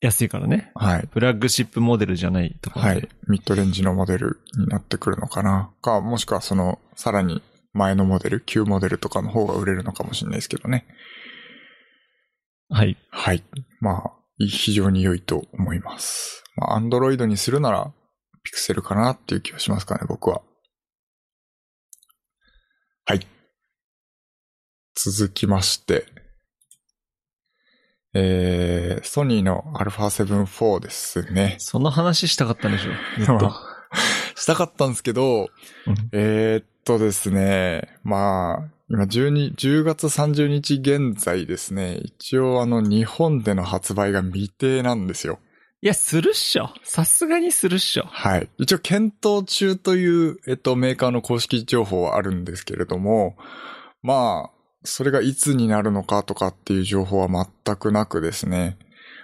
安いからね。
はい。
フラッグシップモデルじゃないところで。
はい。ミッドレンジのモデルになってくるのかな。か、もしくはその、さらに前のモデル、旧モデルとかの方が売れるのかもしれないですけどね。
はい。
はい。まあ、いい非常に良いと思います。まあ、アンドロイドにするなら、ピクセルかなっていう気がしますかね、僕は。はい。続きまして。えー、ソニーの α7-4 ですね。
その話したかったんでしょずっと。
したかったんですけど、
うん
えーっとですね、まあ、今12、10月30日現在ですね、一応あの日本での発売が未定なんですよ。
いや、するっしょ。さすがにするっしょ。
はい。一応検討中という、えっと、メーカーの公式情報はあるんですけれども、まあ、それがいつになるのかとかっていう情報は全くなくですね。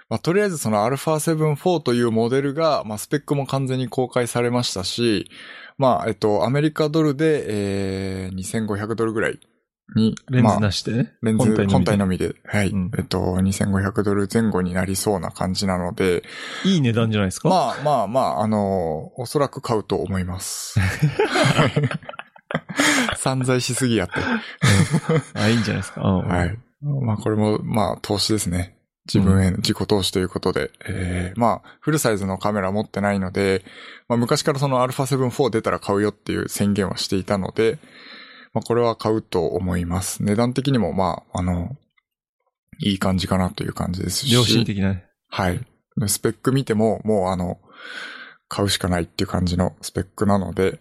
まあ、とりあえずその α7-4 というモデルが、まあ、スペックも完全に公開されましたし、まあ、えっと、アメリカドルで、えー、2500ドルぐらいに、
レン
まあ
ズなしでね。
レンズ
本
本
体
体
のみで
のみで、はい、
うん
えっと、2500ドル前後になりそうな感じなので、
いい値段じゃないですか。
まあまあまあ、あのーおそらく買うと思い ます。散財しすぎやって。
あ、いいんじゃないですか。うん
はい。まあこれも、まあ投資ですね。自分への自己投資ということで、えーまあ、フルサイズのカメラ持ってないので、まあ昔からその α7-4 出たら買うよっていう宣言はしていたので、まあこれは買うと思います。値段的にもまあ、あの、いい感じかなという感じですし。
良心的なね。
はい。スペック見ても、もうあの、買うしかないっていう感じのスペックなので、
う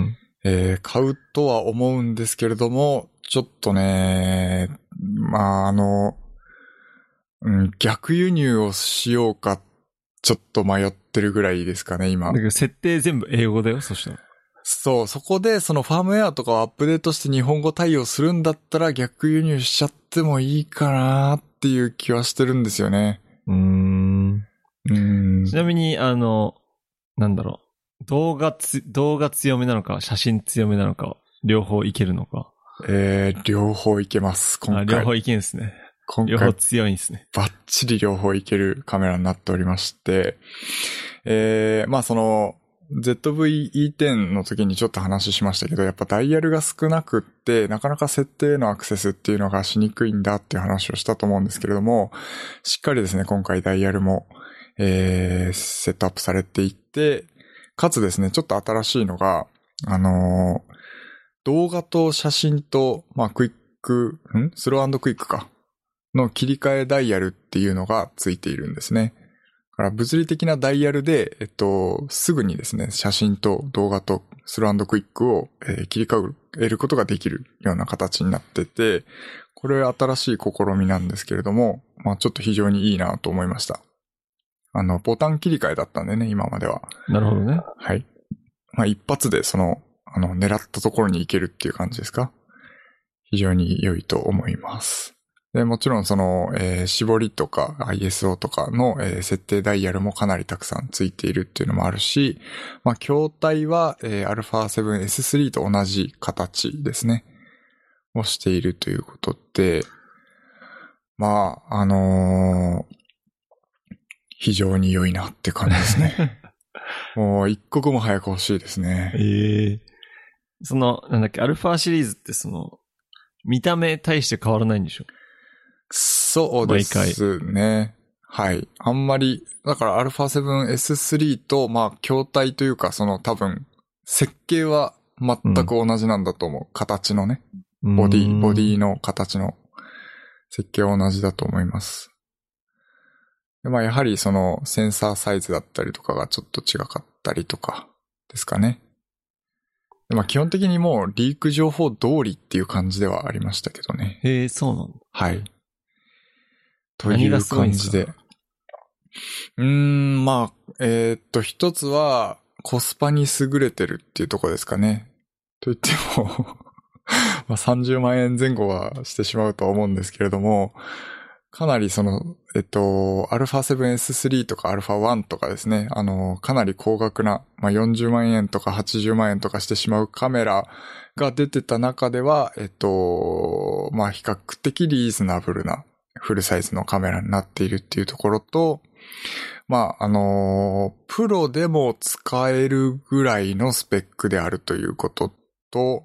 ん
えー買うとは思うんですけれども、ちょっとね、まあ、あの、うん、逆輸入をしようか、ちょっと迷ってるぐらいですかね、今
だけ。ど、設定全部英語だよ、そしたら。
そう、そこでそのファームウェアとかをアップデートして日本語対応するんだったら逆輸入しちゃってもいいかなっていう気はしてるんですよね。
うん。
うん。
ちなみに、あの、なんだろう。動画つ、動画強めなのか、写真強めなのか、両方いけるのか。
えー、両方いけます、今
あ
回。
両方いけんですね。
今
両方
回、
強いんですね。
バッチリ両方いけるカメラになっておりまして、えー、まあその、ZV-E10 の時にちょっと話しましたけど、やっぱダイヤルが少なくって、なかなか設定へのアクセスっていうのがしにくいんだっていう話をしたと思うんですけれども、しっかりですね、今回ダイヤルも、えー、セットアップされていって、かつですね、ちょっと新しいのが、あのー動画と写真と、まあ、クイック、んスロークイックか。の切り替えダイヤルっていうのがついているんですね。だから物理的なダイヤルで、えっと、すぐにですね、写真と動画とスロークイックを、えー切り替えることができるような形になってて、これは新しい試みなんですけれども、まあちょっと非常にいいなと思いました。あの、ボタン切り替えだったんでね、今までは。
なるほどね。
はい。まあ、一発でその、あの、狙ったところに行けるっていう感じですか非常に良いと思います。で、もちろんその、えー絞りとか ISO とかの、えー設定ダイヤルもかなりたくさんついているっていうのもあるし、まあ、筐体は、えー α7S3 と同じ形ですね。をしているということで、まあ、あのー非常に良いなって感じですね。もう一刻も早く欲しいですね。
ええその、なんだっけ、アルファシリーズってその、見た目大して変わらないんでしょ
そうですね。はい。あんまり、だから α7S3 と、まあ、筐体というか、その多分、設計は全く同じなんだと思う。形のね。ボディ、ボデ。ィの形の設計は同じだと思います。でまあ、やはりそのセンサーサイズだったりとかがちょっと違かったりとかですかね。でまあ、基本的にもうリーク情報通りっていう感じではありましたけどね。
ええそうなんだ。
はい。と
何
い
が
う
すごいん
感
です
じで。
か
うーん、まあ、えーっと、一つは、コスパに優れてるっていうとこですかね。と言っても まあ、30万円前後はしてしまうとは思うんですけれども、かなりその、えっと、α7S3 とか α1 とかですね、あの、かなり高額な、まあ、40万円とか80万円とかしてしまうカメラが出てた中では、えっと、まあ、比較的リーズナブルなフルサイズのカメラになっているっていうところと、まあ、あの、プロでも使えるぐらいのスペックであるということと、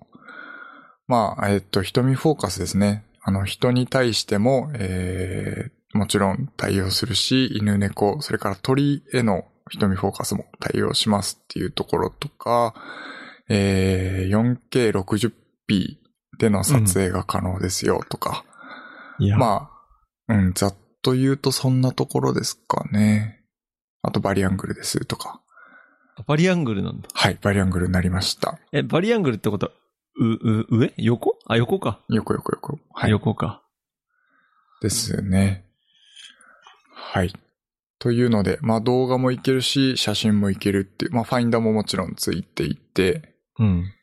まあ、えっと、瞳フォーカスですね。あの、人に対しても、えー、もちろん対応するし、犬猫、それから鳥への瞳フォーカスも対応しますっていうところとか、えー、4K60p での撮影が可能ですよとか、
いや、
まあ、うん、ざっと言うとそんなところですかね。あとバリアングルですとか。
バリアングルなんだ。
はい、バリアングルになりました。
え、バリアングルってことは、う、う、上横あ、横か。
横横横。はい。
横か。
ですね。はい。というので、まあ動画もいけるし、写真もいけるっていう、まあファインダーももちろんついていて、
うん。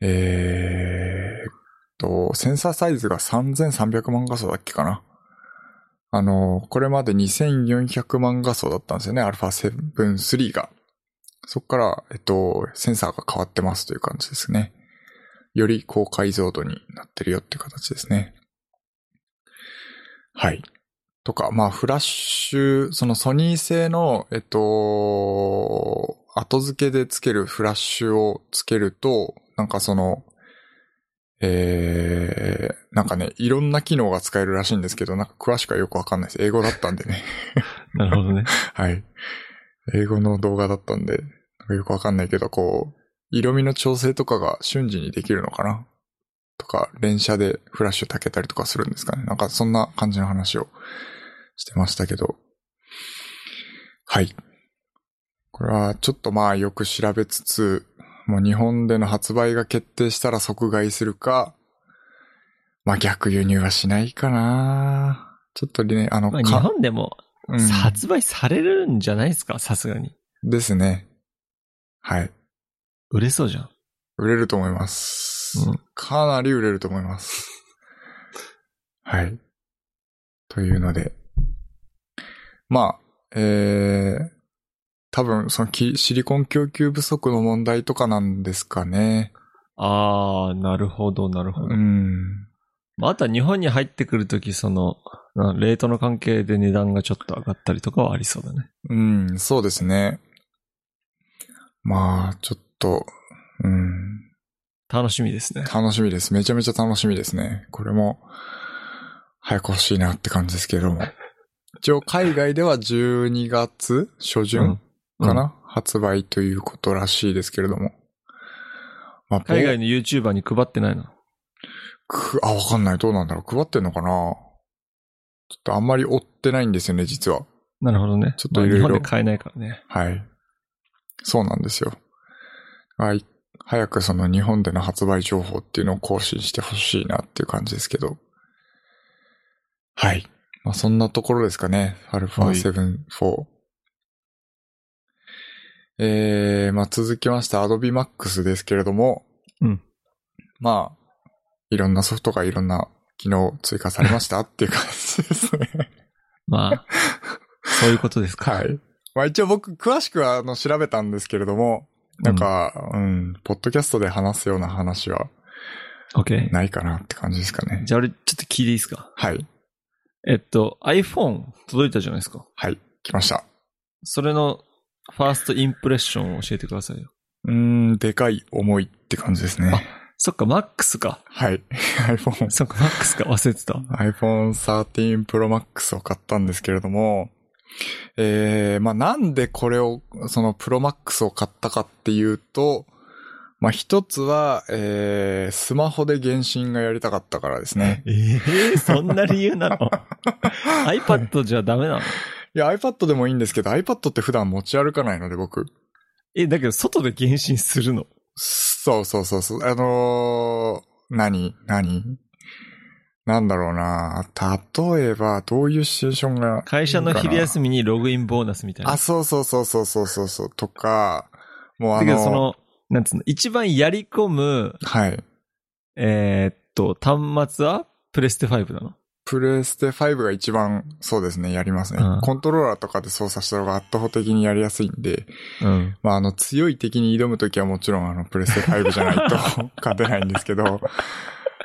えーっと、センサーサイズが3300万画素だっけかな。あの、これまで2400万画素だったんですよね、α7-3 が。そこから、えっと、センサーが変わってますという感じですね。より高解像度になってるよっていう形ですね。はい。とか、まあ、フラッシュ、そのソニー製の、えっと、後付けでつけるフラッシュをつけると、なんかその、えー、なんかね、いろんな機能が使えるらしいんですけど、なんか詳しくはよくわかんないです。英語だったんでね。
なるほどね。
はい。英語の動画だったんで、なんかよくわかんないけど、こう、色味の調整とかが瞬時にできるのかなとか、連写でフラッシュ焚けたりとかするんですかねなんかそんな感じの話をしてましたけど。はい。これはちょっとまあよく調べつつ、もう日本での発売が決定したら即買いするか、まあ逆輸入はしないかなちょっとね、あの、
まあ、日
か
本でも
うん
発売されるんじゃないですかさすがに。
ですね。はい。
売れそうじゃん。
売れると思います。
うん
かなり売れると思います。はい。というので。まあ、えー、多分、そのきシリコン供給不足の問題とかなんですかね。
あー、なるほど、なるほど。
うん。
まあ、あとは日本に入ってくるとき、その、なレートの関係で値段がちょっと上がったりとかはありそうだね。
うん、そうですね。まあ、ちょっと、うん、
楽しみですね。
楽しみです。めちゃめちゃ楽しみですね。これも、早く欲しいなって感じですけれども。一応、海外では12月初旬かな、発売ということらしいですけれども。まあ、
海
ぼ
外の YouTuber に配ってないの
くあ、わかんない。どうなんだろう。配ってんのかなちょっとあんまり追ってないんですよね、実は。
なるほどね。
ちょっといろいろ
まあ日本で買えないからね。
はい。そうなんですよ。はい。早くその日本での発売情報っていうのを更新してほしいなっていう感じですけど。はい。まあそんなところですかね。α7-4。えー、まあ続きまして Adobe Max ですけれども。
うん。
まあ、いろんなソフトがいろんな機能追加されましたっていう感じですね。
まあ、そういうことですか。
はい。まあ一応僕、詳しくはあの調べたんですけれども、なんか、うん、ポッドキャストで話すような話は
OK。
ないかなって感じですかね。
じゃあ俺、ちょっと聞いていいですか
はい。
えっと、iPhone 届いたじゃないですか。
はい。来ました。
それのファーストインプレッションを教えてくださいよ。
うーん、でかい思いって感じですね。
そっか、MAX か。
はい。iPhone、
そっか、MAX か。忘れてた。
iPhone 13 Pro Max を買ったんですけれども、えー、まあなんでこれを、その Pro Max を買ったかっていうと、まあ一つは、えー、スマホで原神がやりたかったからですね。
ええそんな理由な の ?iPad じゃダメなの
いや、iPad でもいいんですけど、iPad って普段持ち歩かないので、僕。
え、だけど外で原神するの
そうそうそうそう。あのー、何何なんだろうな例えば、どういうシチュエーションが。
会社の昼休
み。
みにログインボーナスみたいな。
あ、そうそうそうそうそうそうそう。とか、もうあ
だけ
の、
どその、なんつうの、一番やり込む、
はい。
えーっと、端末はプレステ5なの
プレステ5が一番、そうですね、やりますね。
うん
コントローラーとかで操作した方が圧倒的にやりやすいんで、
うん。
まあ、あの、強い敵に挑むときはもちろん、あの、プレステ5じゃない と勝てないんですけど、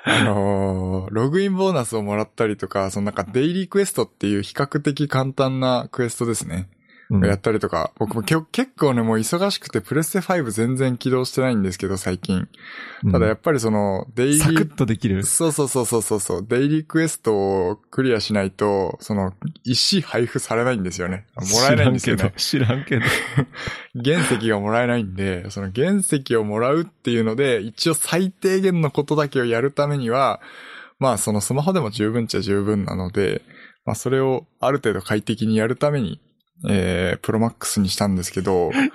あのーログインボーナスをもらったりとか、そのなんかデイリークエストっていう比較的簡単なクエストですね。
うん
やったりとか、僕もきょ結構ね、もう忙しくて、プレステ5全然起動してないんですけど、最近。ただやっぱりその、デイリ
サク
ー
ッとできる。
そうそうそうそうそうそう。デイリークエストをクリアしないと、その、石配布されないんですよね。もらえないんですよね。
知らんけど。知らんけ
原石がもらえないんで、その原石をもらうっていうので、一応最低限のことだけをやるためには、まあそのスマホでも十分っちゃ十分なので、まあそれをある程度快適にやるために、えー、プロマックスにしたんですけど、
ど。原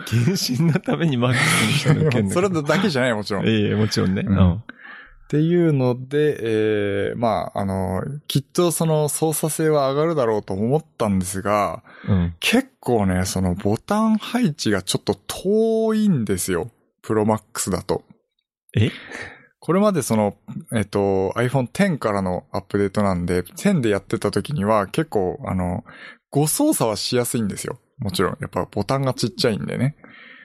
神のためにマックスにしたのけんだ
そ
け
れ
ど
だけじゃないもちろん。
ええ、もちろんね。
うんっていうので、えーまあ、あの、きっとその操作性は上がるだろうと思ったんですが、
うん。
結構ね、そのボタン配置がちょっと遠いんですよ。プロマックスだと。
え
これまでその、えっと、iPhone X からのアップデートなんで、10でやってた時には結構、あの、誤操作はしやすいんですよ。もちろん、やっぱボタンがちっちゃいんでね。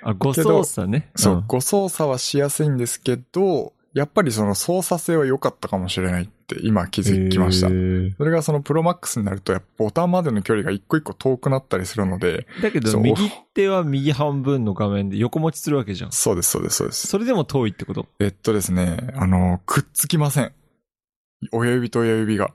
あ、誤操作ね。
そう、
ん
誤操作はしやすいんですけど、やっぱりその操作性は良かったかもしれないって今気づきました。
えー
それがそのプロマックスになると、やっぱボタンまでの距離が一個一個遠くなったりするので、
だけ
そ
ど、
う
右手は右半分の画面で横持ちするわけじゃん。
そうです、そうです、そうです。
それでも遠いってこと
えっとですね、あの、くっつきません。親指と親指が。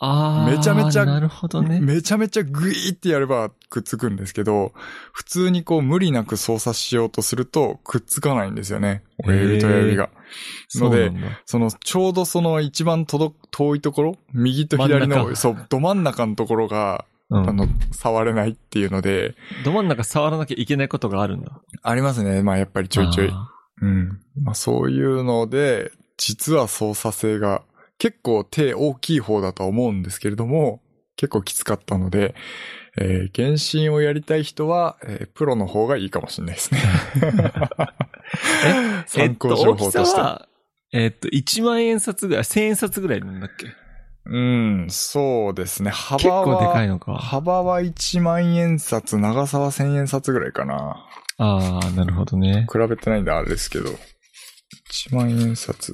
あー
めちゃめちゃ
なるほどね。
めちゃめちゃグイーってやればくっつくんですけど、普通にこう無理なく操作しようとするとくっつかないんですよね。親指と親指が。
そうなんだ。
その、ちょうどその一番届く、遠いところ右と左
真ん
の、
中
そう、ど真ん中のところが、
うん
あの、触れないっていうので、
ど真ん中触らなきゃいけないことがあるんだ。
ありますね。まあ、やっぱりちょいちょい。
あ
うん。まあ、そういうので、実は操作性が、結構手大きい方だとは思うんですけれども、結構きつかったので、えー、原神をやりたい人は、えープロの方がいいかもしれないですね。
ー。 えっ
参
と、
考情
大き
報
さ
として。
は、えっと、1万円札ぐらい、1000円札ぐらいなんだっけ
うん、そうですね。
結
幅は、
構でかいのか。
幅は1万円札、長さは1000円札ぐらいかな。
ああ、なるほどね。
比べてないんであれですけど。1万円札。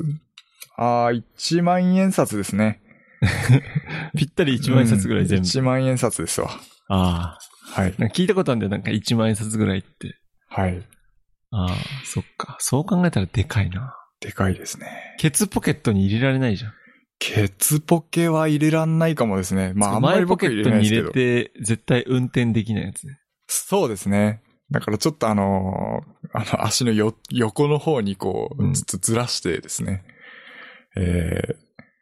ああ、1万円札ですね。
ぴったり1万円札ぐらい全部。
1万円札ですわ。
ああ。
はい。
なんか聞いたことあるんだよ、なんか1万円札ぐらいって。
はい。
ああ、そっか。そう考えたらでかいな。
でかいですね。
ケツポケットに入れられないじゃん。
ケツポケは入れらんないかもですね。まあ、あんまり
前ポ
僕
ケ
入
ッ
れ
ト
ないで
に
すけ
入
ど
れ。て、絶対運転できないやつね。
そうですね。だからちょっとあのーあの、足のよ、横の方にこ
う
う、
ん
ずっとずらしてですね、えー、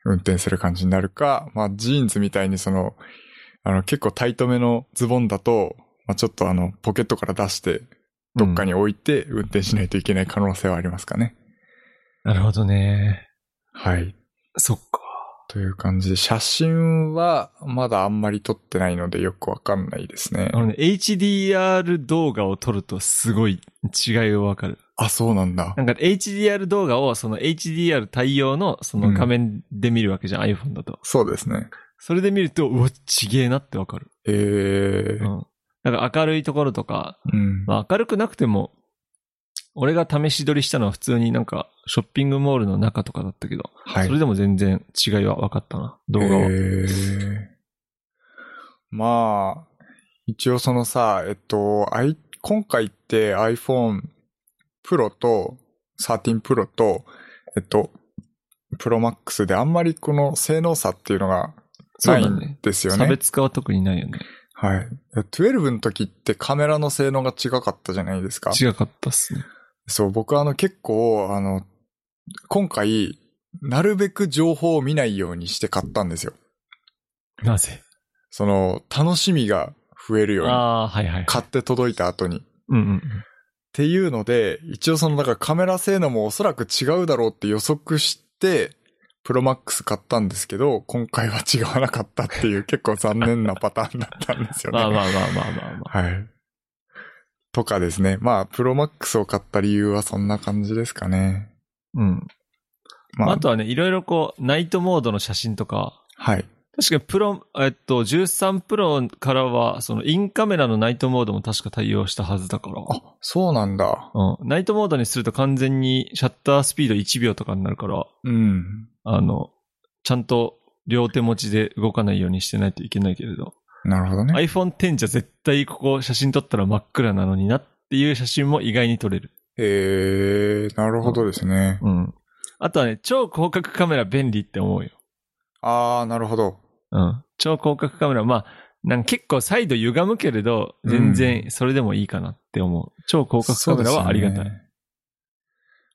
運転する感じになるか、まあ、ジーンズみたいにその、あの、結構タイトめのズボンだと、まあ、ちょっとあの、ポケットから出して、どっか
に。
に置いて運転しないといけない可能性はありますかね。
なるほどね。
はい。
そっか。
という感じで、写真はまだあんまり撮ってないのでよくわかんないですね
あ。のね、HDR 動画を撮るとすごい違いをわかる。
あ、そうなんだ
な。んか HDR 動画をその HDR 対応のその画面で見るわけじゃん、iPhone だと。
そうですね。
それで見ると、うわ、ちげえなってわかる。
え
う
ー、
ん。だから明るいところとか、
うん。
まあ明るくなくても、俺が試し撮りしたのは普通になんかショッピングモールの中とかだったけど、
は
それでも全然違いは分かったな、動画
え
は。
ーまあ、一応そのさ、えっと、アイ今回って iPhone Pro と13 Pro と、えっと、Pro Max であんまりこの性能差っていうのがない
そうだ
ん
ね
ですよ
差
ね。
別化は特にないよね。
はい。12の時ってカメラの性能が違かったじゃないですか。
違かったっすね。
そう、僕はあの結構、あの、今回、なるべく情報を見ないようにして買ったんですよ。
なぜ
その、楽しみが増えるように。
ああ、はいはい。
買って届いた後に。っ
うんうん。
ていうので、一応その、だからカメラ性能もおそらく違うだろうって予測して、プロマックス買ったんですけど、今回は違わなかったっていう結構残念なパターンだったんですよね。
まあまあまあまあまあまあ。
はい。とかですね。まあ、プロマックスを買った理由はそんな感じですかね。
うん。
まあ、
あとはね、いろいろこう、ナイトモードの写真とか、
はい。
確かにプロ、えっと、13プロからは、そのインカメラのナイトモードも確か対応したはずだから。
あ、そうなんだ。
うん。ナイトモードにすると完全にシャッタースピード1秒とかになるから、
うん。
あの、ちゃんと両手持ちで動かないようにしてないといけないけれど、
なるほどね。
iPhone X じゃ絶対ここ写真撮ったら真っ暗なのになっていう写真も意外に撮れる。
えー、なるほどですね。
うん。あとはね、超広角カメラ便利って思うよ。
あー、なるほど。
うん。超広角カメラ、まあ、なんか結構サイド歪むけれど、全然それでもいいかなって思う。超広角カメラはありがた
そう
い。
ですね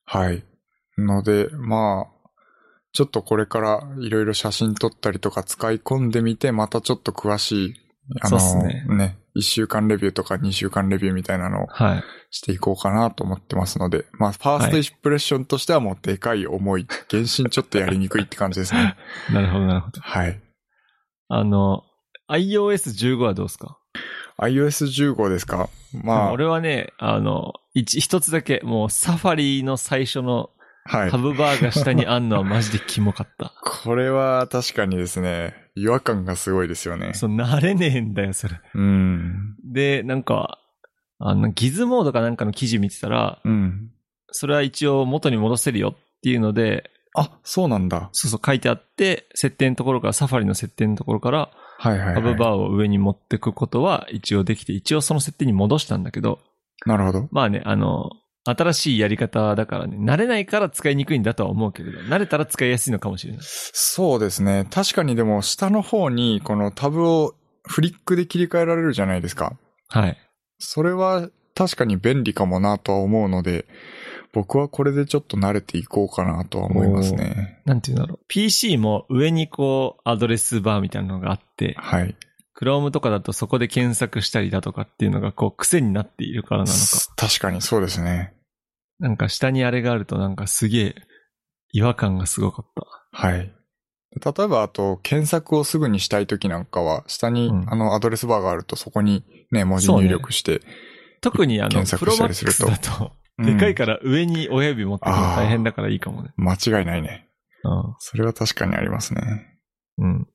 はい。ので、まあ、ちょっとこれからいろいろ写真撮ったりとか使い込んでみて、またちょっと詳しい、あの、
そうっすね
ね、1週間レビューとか2週間レビューみたいなのを
はい。
していこうかなと思ってますので、まあ、ファーストインプレッションとしてはもうでかい重い、原神ちょっとやりにくいって感じですね。
なるほど、なるほど。
はい。
あの、iOS15 はどうですか
iOS15 ですかまあ、
俺はね、あの、一、一つだけ、もうサファリの最初の
はい
タ。ブバーが下にあんのはマジでキモかった。
これは確かにですね、違和感がすごいですよね。
そう、慣れねえんだよ、それ。
うん。
で、なんか、あの、ギズモードかなんかの記事見てたら、
うん。
それは一応元に戻せるよっていうので、
あ、そうなんだ。
そうそう書いてあって、設定のところから、サファリの設定のところから、
はいはい、はい。
タブバーを上に持ってくことは一応できて、一応その設定に戻したんだけど、
なるほど。
まあね、あの、新しいやり方だからね、慣れないから使いにくいんだとは思うけれど、慣れたら使いやすいのかもしれない。
そうですね。確かにでも下の方にこのタブをフリックで切り替えられるじゃないですか。
はい。
それは確かに便利かもなとは思うので、僕はこれでちょっと慣れていこうかなとは思いますね。
なんていうんだろう。PC も上にこう、アドレスバーみたいなのがあって、
はい。
Chrome とかだとそこで検索したりだとかっていうのがこう、癖になっているからなのか。
確かにそうですね。
なんか下にあれがあるとなんかすげえ、違和感がすごかった。
はい。例えば、あと、検索をすぐにしたいときなんかは、下に、
うん
あの、アドレスバーがあると、そこにね、文字
そうね
入力して。
特にあの、
検
プ
索
ロ
した
マッ
り
ク
する
ス
と
だと、
うん
でかいから上に親指持ってくの大変だからいいかもね。
間違いないね。
うん
それは確かにありますね。
うん。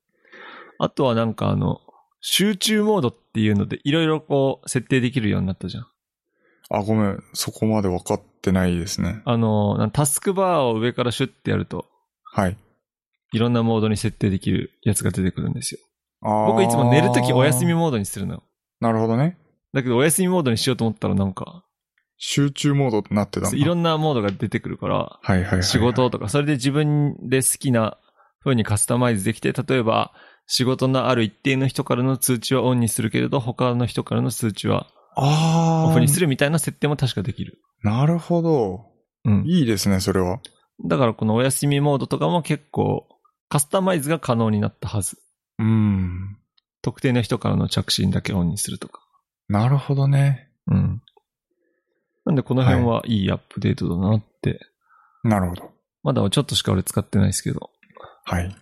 あとはなんかあの、集中モードっていうので、いろいろこう、設定できるようになったじゃん。
あ、ごめん。そこまで分かってないですね。
あの、なんタスクバーを上からシュッてやると、
はい。
いろんなモードに設定できるやつが出てくるんですよ。
僕
僕いつも寝るときお休みモードにするのよ。
なるほどね。
だけどお休みモードにしようと思ったらなんか、
集中モードになってたんだ
いろんなモードが出てくるから、
はいはいはいはい。
仕事とか、それで自分で好きな風にカスタマイズできて、例えば、仕事のある一定の人からの通知はオンにするけれど、他の人からの通知は
あー
オフにするみたいな設定も確かできる。
なるほど。
うん。
いいですね、それは。
だからこのお休みモードとかも結構カスタマイズが可能になったはず。
うん。
特定の人からの着信だけオンにするとか。
なるほどね。
うん。なんでこの辺はいいアップデートだなって。
なるほど。
まだちょっとしか俺使ってないですけど。
はい。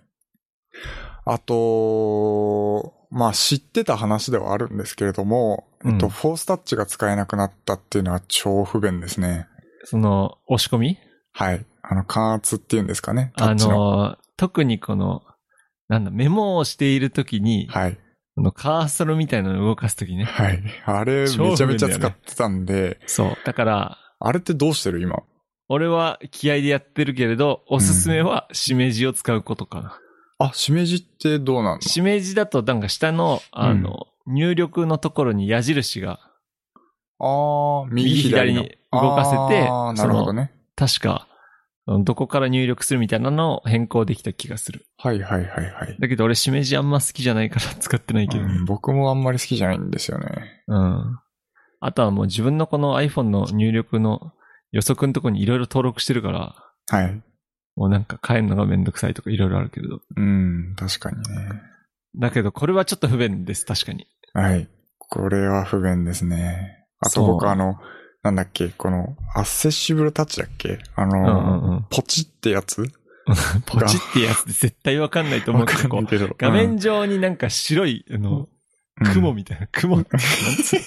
あと、まあ知ってた話ではあるんですけれども、
うん
えっと、フォースタッチが使えなくなったっていうのは超不便ですね。
その、押し込み
はい。あの、感圧っていうんですかね。タ
あ
ッチの。
の、特にこの、なんだ、メモをしているときに、
はい。
このカーソルみたいなのを動かすときね。
はい。あれ、め
超
ちゃ
不
め
便
ち
だ
ゃ
よね
使ってたんで、
そう。だから、
あれってどうしてる今。
俺は気合でやってるけれど、おすすめはしめじを使うことかな。
あ、しめじってどうなの
しめじだと、なんか下の、あの、入力のところに矢印が、
ああ、右
右
左
左
の
に動かせて
あーなるほどね。
確か、うんどこから入力するみたいなのを変更できた気がする。
はいはいはいはい、
だけど俺、しめじあんま好きじゃないから使ってないけど。
うん僕もあんまり好きじゃないんですよね。
うん。あとはもう自分のこの iPhone の入力の予測のところにいろいろ登録してるから、
はい。
もうなんか変えるのがめんどくさいとかいろいろあるけれど。
うん、確かにね。
だけど、これはちょっと不便です、確かに。
はい。これは不便ですね。あと
そう
僕あの、なんだっけ、この、アッセッシブルタッチだっけあ
う
の、
んうんうん。
ポチってやつ
ポチってやつで絶対わかんないと思
わ
うけ
か
ど、
ん
こ
な
う
いけど。
画面上になんか白い、あの、
うん
雲みたいな、雲って、なんつう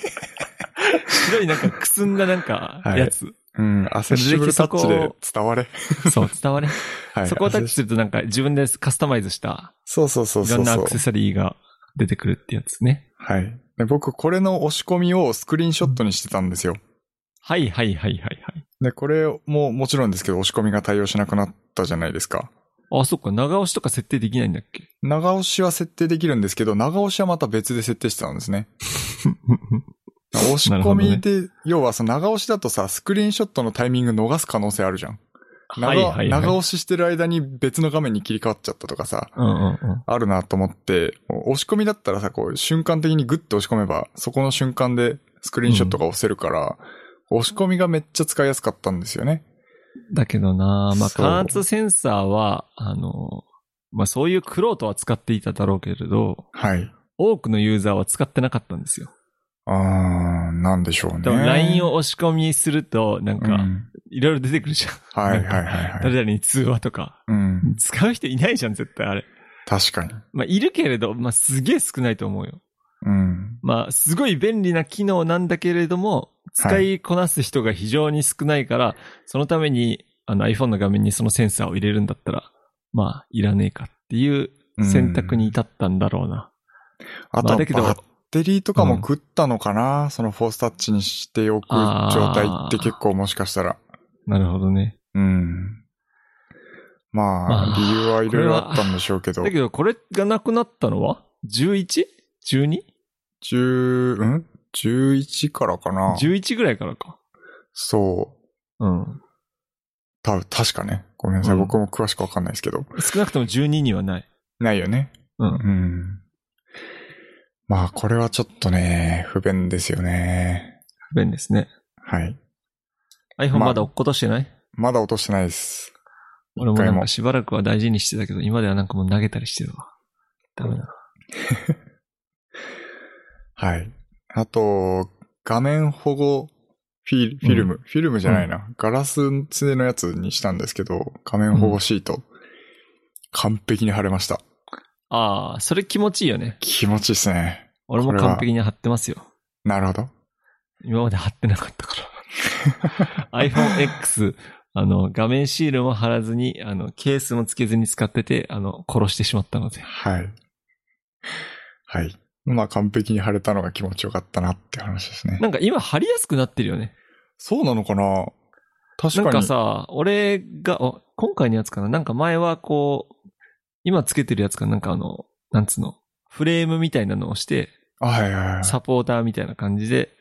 白いなんかくすんだなんかやつ。
うん、アセッシブルタッチで伝われ。
そう、伝われ。
はい。
そこをタッチ
アセ
するとなんか自分でカスタマイズした
そうそうそう
い
そ
ろ
う
んな
そ
ア
う
ク。セサリーが出てくるってやつね。
はい。で僕、これの押し込みをスクリーンショットにしてたんですよ。
はいはいはいはいはい。
で、これももちろんですけど、押し込みが対応しなくなったじゃないですか。
あ、そっか、長押しとか設定できないんだっけ
長押しは設定できるんですけど、長押しはまた別で設定してたんです ね。押し込みで、要はその長押しだとさ、スクリーンショットのタイミング逃す可能性あるじゃん。長,、
はいはいはい。
長押ししてる間に別の画面に切り替わっちゃったとかさ、
うんうんうん。
あるなと思って、押し込みだったらさ、こう瞬間的にグッと押し込めば、そこの瞬間でスクリーンショットが押せるから、押し込みがめっちゃ使いやすかったんですよね。
だけどなまあ、
そう
感圧センサーは、あの、まあそういう苦労とは使っていただろうけれど、
はい。
多くのユーザーは使ってなかったんですよ。
あー、なんでしょうね。
でも LINE を押し込みすると、なん
う
か、
ん
いろいろ出てくるじゃん。
はいはいはいはい。
誰々に通話とか。
うん。
使う人いないじゃん、絶対あれ。
確かに。
まあ、いるけれど、まあ、すげえ少ないと思うよ。
うん。
まあ、すごい便利な機能なんだけれども、使いこなす人が非常に少ないから、そのために、あの iPhone の画面にそのセンサーを入れるんだったら、まあ、いらねえかっていう選択に至ったんだろうな。
あと
まあ、
は
だけど、
バッテリーとかも食ったのかな、そのフォースタッチにしておく状態って結構もしかしたら。
なるほどね。
うん。まあ、
まあ
理由はいろいろあったんでしょうけど
だ。けど、これがなくなったのは 11?12?11
10、ん ?11 からかな
ぐらいからか。
そう。
うん。
多分、確かね。ごめんなさい。
うん
僕も詳しくわかんないですけど。
少なくとも12にはない。
ないよね。
うん
うん。まあ、これはちょっとね、不便ですよね。
不便ですね。
はい。
iPhone
まあ
まだ落っことしてない、
まだ落としてないです。
俺もな
一
ん
回
か
も
しばらくは大事にしてたけど、今ではなんかもう投げたりしてるわ。ダメだな。
はい。あと、画面保護フィフィルム、フィルムじゃないな、ガラス製のやつにしたんですけど、画面保護シート、完璧に貼れました。
ああ、それ気持ちいいよね。
気持ちいいっすね。
俺も
これは
完璧に貼ってますよ。
なるほど。
今まで貼ってなかっ たから。iPhone X、あの、画面シールも貼らずに、あの、ケースもつけずに使ってて、あの、殺してしまったので。
はい。はい。まあ完璧に貼れたのが気持ちよかったなって話ですね
な。んか今貼りやすくなってるよね。
そうなのかな確か
な
に。
んかさ、俺が、お今回のやつかななんか前はこう、今つけてるやつかなんかあの、なんつうの、フレームみたいなのをして、
あ、はいはいはい。
サポーターみたいな感じで、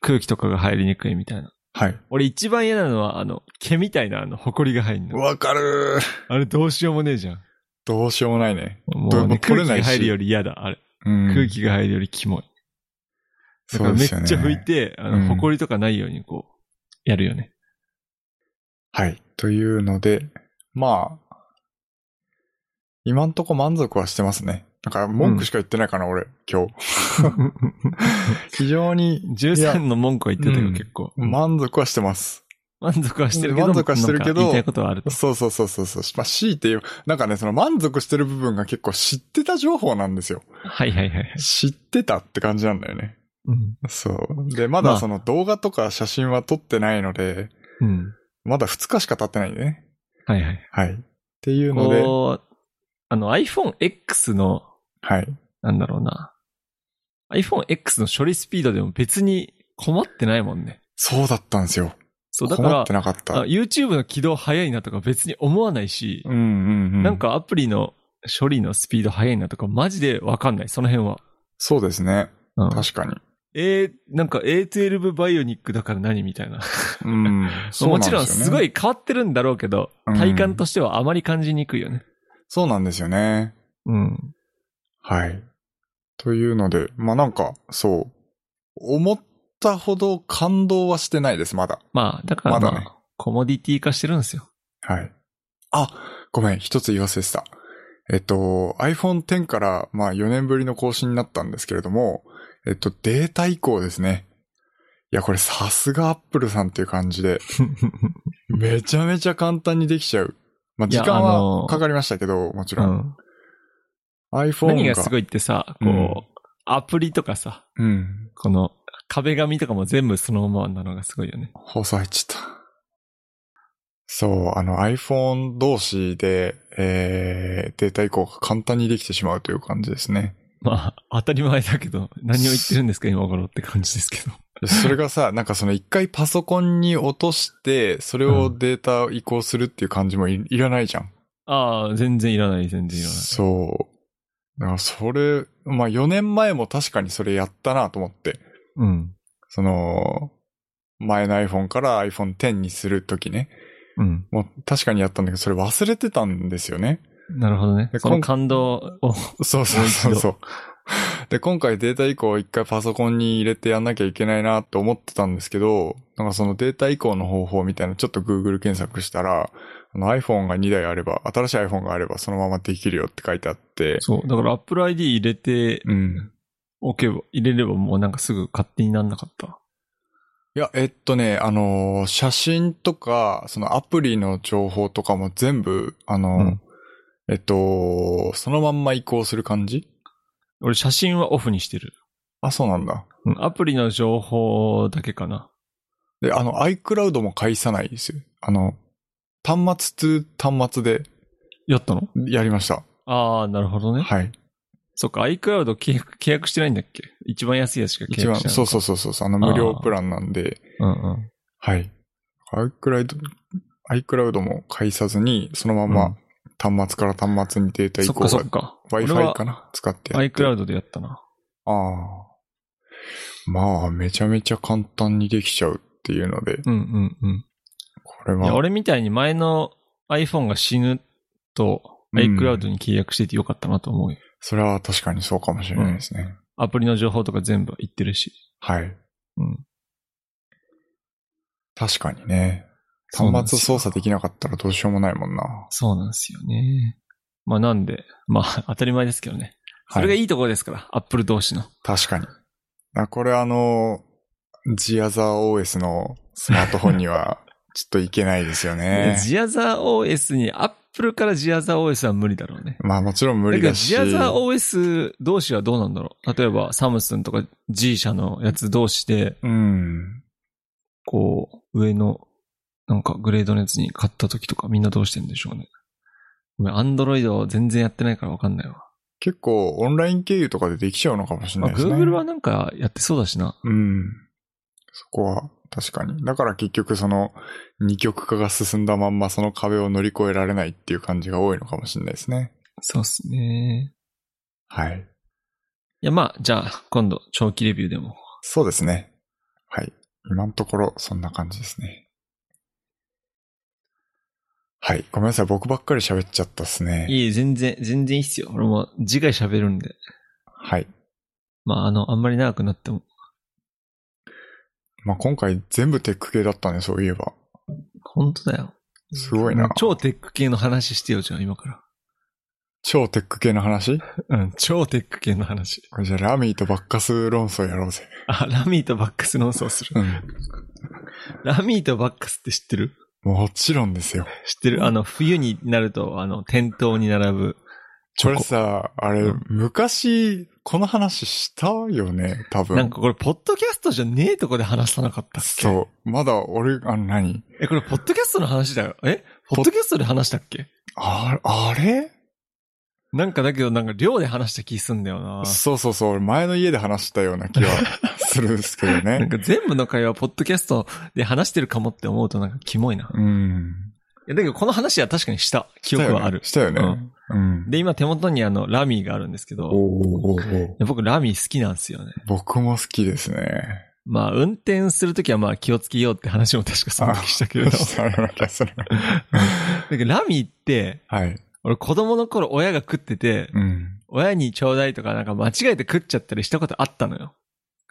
空気とかが入りにくいみたいな。
はい。
俺一番嫌なのは、あの、毛みたいなあの、埃が入るの。
わかるー
あれどうしようもねえじゃん。
どうしようもないね。
も
どう
う、
も
ね、
取
空
れ
気
ない
が
し
入るより嫌だ、あれ。
うん。
空気が入るよりキモい。だか
そ
ら
う
め
で
っ
す
ちゃ
よね。
拭いて、あ
うん
の、埃とかないようにこう、やる よね。
はい。というので、まあ、今んとこ満足はしてますね。なんか文句しか言ってないかな、俺、今日。非常に
13の文句は言ってた
う
よ、
ん
結構。
満足はしてます。
満足はしてるけど、
満足はしてるけど
なんか言いたいことはあると。
そうそうそうそうそう。まあ、強いて言う。なんかね、その満足してる部分が結構知ってた情報なんですよ。
はいはいはいはい。
知ってたって感じなんだよね。
うん。
そう。で、ま
ま
だ
あ
その動画とか写真は撮ってないので、
うん。
まだ2日しか経ってないんでね。
はいはい。
はい。っていうので、
こう、あの iPhone X の、
はい。
なんだろうな。iPhone X の処理スピードでも別に困ってないもんね。
そうだったんですよ。
そう、だか
困
ら
って、なかった。
あ YouTube の起動早いなとか別に思わないし、
うんうんうん。
なん、かアプリの処理のスピード早いなとかマジでわかんない、その辺は。
そうですね。
うん、
確かに。
えー、なんか A12 バイオニックだから何みたいな。
うん。
もちろんすご
い。
い変わってるんだろうけど、
うん
体感としてはあまり感じにくいよね。
そうなんですよね。
うん。
はい。というので、まあなんか、そう。思ったほど感動はしてないです、まだ。
まあ、だか
ま
ら、ま
だ
あ
ね
コモディティ化してる んですよ。
はい。あ、ごめん、一つ言い忘れてた。えっと、iPhone X から、まあ4年ぶりの更新になったんですけれども、えっと、データ移行ですね。いや、これさすが Apple さんっていう感じで、めちゃめちゃ簡単にできちゃう。まあ、
い
時
や
間
あ
は
の
かかりましたけど、もち
う
ろん。
ん、
iPhone が。
何がすごいってさ、こ
う
う、
ん
アプリとかさ、
うん。
この壁紙とかも全部そのままなのがすごいよね。
放送入っちゃった。そう、あの iPhone 同士で、えー、データ移行が簡単にできてしまうという感じですね。
まあ、当たり前だけ ど、何を言ってるんですか、今頃って感じですけど。
でそれがさ、なんかその一回パソコンに落として、それをデータ移行するっていう感じもいいらないじゃん。
ああ、全然いらない、全然いらない。
そう。だからそれ、まあ4年前も確かにそれやったなと思って。
うん。
その、前の iPhone から iPhone X にするときね。
うん。
もう確かにやったんだけど、それ忘れてたんですよね。
なるほどね
で。
その
今
感動を。
そうそうそう
もう一
そう。で、今回データ移行を一回パソコンに入れてやんなきゃいけないなと思ってたんですけど、なんかそのデータ移行の方法みたいなのちょっと Google 検索したら、あの iPhone が2台あれば、新しい iPhone があればそのままできるよって書いてあって、
そう。だから Apple ID 入れて
うん。
おけば、入れればもうなんかすぐ勝手になんなかった。
いや、えっとね、あのー写真とか、そのアプリの情報とかも全部、あのー
うん
えっと、そのまんま移行する感じ
俺写真はオフにしてる。
あ、そうなんだ。
うん。アプリの情報だけかな。
で、あの、iCloud も返さないですよ。あの、端末と端末で
やったの
やりました。
ああ、なるほどね。
はい。
そっか、iCloud 契約契約してないんだっけ一番安いやつしか契
一
約
番、
してない。
そうそうそうそう、あの、無料プランなんで、
う。うんうん。
はい。iCloud、iCloud も返さずに、そのまま端末から端末にデータ移
そっ
行
かそ
が
っか。
Wi-Fi か
な
な使ってやって。
?iCloud でやったな。
ああ。まあ、めちゃめちゃ簡単にできちゃうっていうので、
うんうんうん。
これ
いや
は。
俺みたいに前の iPhone が死ぬと
うん
iCloud に契約しててよかったなと思うよ。
それは確かにそうかもしれないですね。
アプリの情報とか全部言ってるし。
はい。
うん。
確かにね。
そうなん
端
です
末
よ
操作できなかったらどうしようもないもんな。
そうなんですよね。まあなんで、まあ当たり前ですけどね。それが
はい、
いいところですから、Apple 同士の。
確かに。あこれあの、ジアザー OS のスマートフォンに はちょっといけないですよね。
ジアザー OS に Apple からジアザー OS は無理だろうね。
まあもちろん無
だ
理
けど
だし。
ジアザー OS 同士はどうなんだろう例えばサムスンとか G 社のやつ同士で、
うん。
こう、上の、なんかグレードのやつに買った時とかみんなどうしてんでしょうね。ごめん、アンドロイド全然やってないからわかんないわ。
結構オンライン経由とかでできちゃうのかもしれ
ま
な
あ、
いですね。
Google はなんかやってそうだしな。
うん。そこは確かに。だから結局その二極化が進んだまんまその壁を乗り越えられないっていう感じが多いのかもしれないですね。
そうっすね。
はい。
いや、まあ、じゃあ、今度、長期レビューでも。
そうですね。はい。今のところそんな感じですね。はい。ごめんなさい。僕ばっかり喋っちゃったっすね。
いえ、全然、全然いいっすよ。俺も次回喋るんで。
はい。
まあ、あの、あんまり長くなっても。
まあ、今回全部テック系だったね、そういえば。
本当だよ。
すごいな。
超テック系の話してよ、じゃあ、今か
超テック系の話
ら。うん、超テック系の話。
これじゃあラミーとバッカス論争やろうぜ。
あ、ラミーとバックスの嘘をする。
うん。
ラミーとバックスって知ってる
もちろんですよ。
知ってるあの、冬になると、あの、店頭に並ぶチ
これ
ョ
さ、あれ、
うん
昔、この話したよね、多
コ。
分。
なんかこれ、ポッドキャストじゃねえとこで話さなかったっけう。
そう。まだ俺、あの何、
え、これ、ポッドキャストの話だよ。えポッドキャストで話したっけ
ああれ
なんかだけど、なんか寮で話した気すんだよな。
そうそうそう、俺前の家で話したような 気はするんですけど
なん
ね。
か全部の会話、ポッドキャストで話してるかもって思うとなんかキモいな。い
うん。
や、だけどこの話は確かにした。記憶はある。
したよね。したよねうん。
うんで、今手元にあの、ラミーがあるんですけど、
おーおーおー
僕ラミー好きなんですよね。
僕も好きですね。
まあ、運転するときはまあ気をつけようって話も確かその時したけれど。
したような気がする
だけどラミーって、
はい。
俺子供の頃親が食ってて、
うん。
親にちょうだいとかなんか間違えて食っちゃったりしたことあったのよ。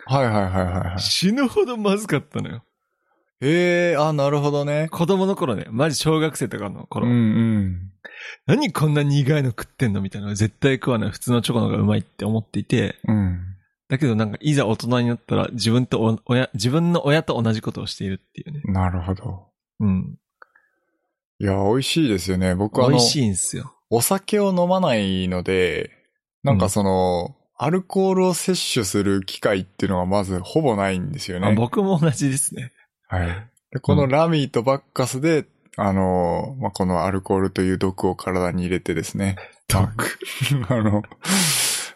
はいはいはいはいはい。
死ぬほどまずかったのよ。
ええー、あ、なるほどね。
子供の頃ね、マジ小学生とかの
うん
頃。
うん。
何こんな苦いの食ってんのみたいな。絶対食わない。普通のチョコの方がうまいって思っていて。
うん。
だけどなんかいざ大人になったら自分とお親、自分の親と同じことをしているっていうね。
なるほど。
うん。
いや、美味しいですよね。僕あ
美
の
味、しいんすよ。
お酒を飲まないので、なんかその、アルコールを摂取する機会っていうのがまずほぼないんですよ
あ
ね。
僕も同じですね。
はい。でこのラミーとバッカスで、あのー、まあ、このアルコールという毒を体に入れてですね。毒あ の、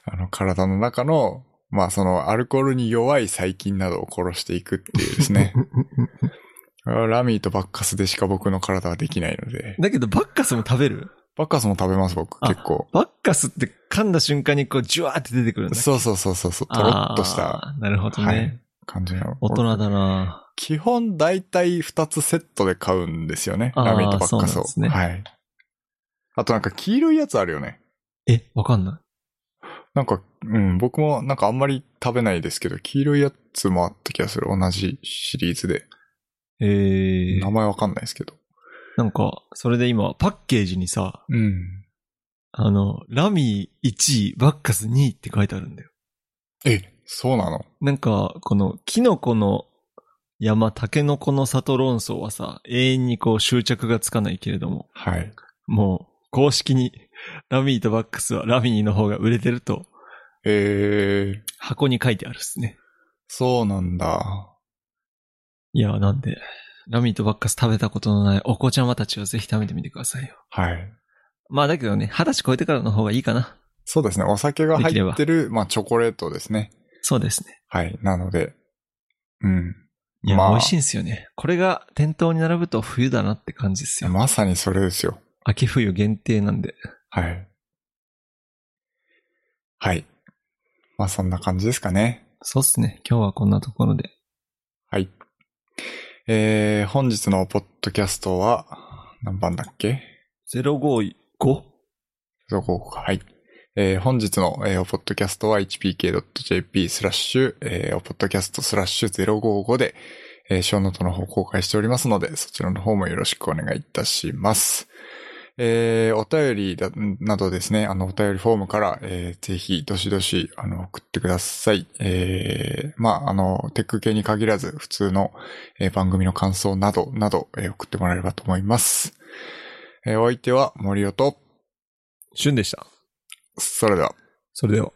あの、体の中の、まあ、その、アルコールに弱い細菌などを殺していくっていうです ね。ラミーとバッカスでしか僕の体はできないので。
だけど、バッカスも食べる
バッカスも食べます、僕、
あ
結構。
バッカスって噛んだ瞬間にこう、ジュワーって出てくるんだ。
そうそうそうそうそう、とろっとした
あー。なるほどね。
はい感じの。
大人だな
基本大体2つセットで買うんですよね。
あー
ラミーとバッカスを。
そうなんですね
はい。あとなんか黄色いやつあるよね。
え、わかんな
なんか、うん、僕もなんかあんまり食べないですけど、黄色いやつもあった気がする。同じシリーズで。
い。え
名
ー、
前わかんないですけど。
なんか、それで今、パッケージにさ、
うん。
あの、ラミー1位、バッカス2位って書いてあるんだよ。
え、そうなの
なんか、この、キノコの山、タケノコの里論争はさ、永遠にこう執着がつかないけれども、
はい。
もう、公式に、ラミーとバックスはラミーの方が売れてると、
えー、
箱に書いてあるっすね。
そうなんだ。
いや、なんで、ラミーとバックス食べたことのないお子ちゃまたちはぜひ食べてみてくださいよ。
はい。
まあだけどね、二十歳超えてからの方がいいかな。
そうですね。お酒が入
できれば
ってる、まあ、チョコレートですね。
そうですね。
はい。なので、うん。
いや、
まあ
美味しいんですよね。これが店頭に並ぶと冬だなって感じですよ。
まさにそれですよ。
秋冬限定なんで。
はい。はい。まあ、そんな感じですかね。
そうっすね。今日はこんなところで。
はい。えー、本日のポッドキャストは、何番だっけ
055?
そこか。はい。えー、本日の、えー、ポッドキャストは hpk.jp スラッシュ、えー、ポッドキャストスラッシュ055で、えー、ショーノートの方公開しておりますので、そちらの方もよろしくお願いいたします。えー、お便りだ、などですね、あの、お便りフォームから、えー、ぜひ、どしどし、あの、送ってください。えー、まあ、あの、テック系に限らず、普通の、えー番組の感想など、など、えー送ってもらえればと思います。えー、お相手は森尾と、
旬でした。
それでは。
それでは。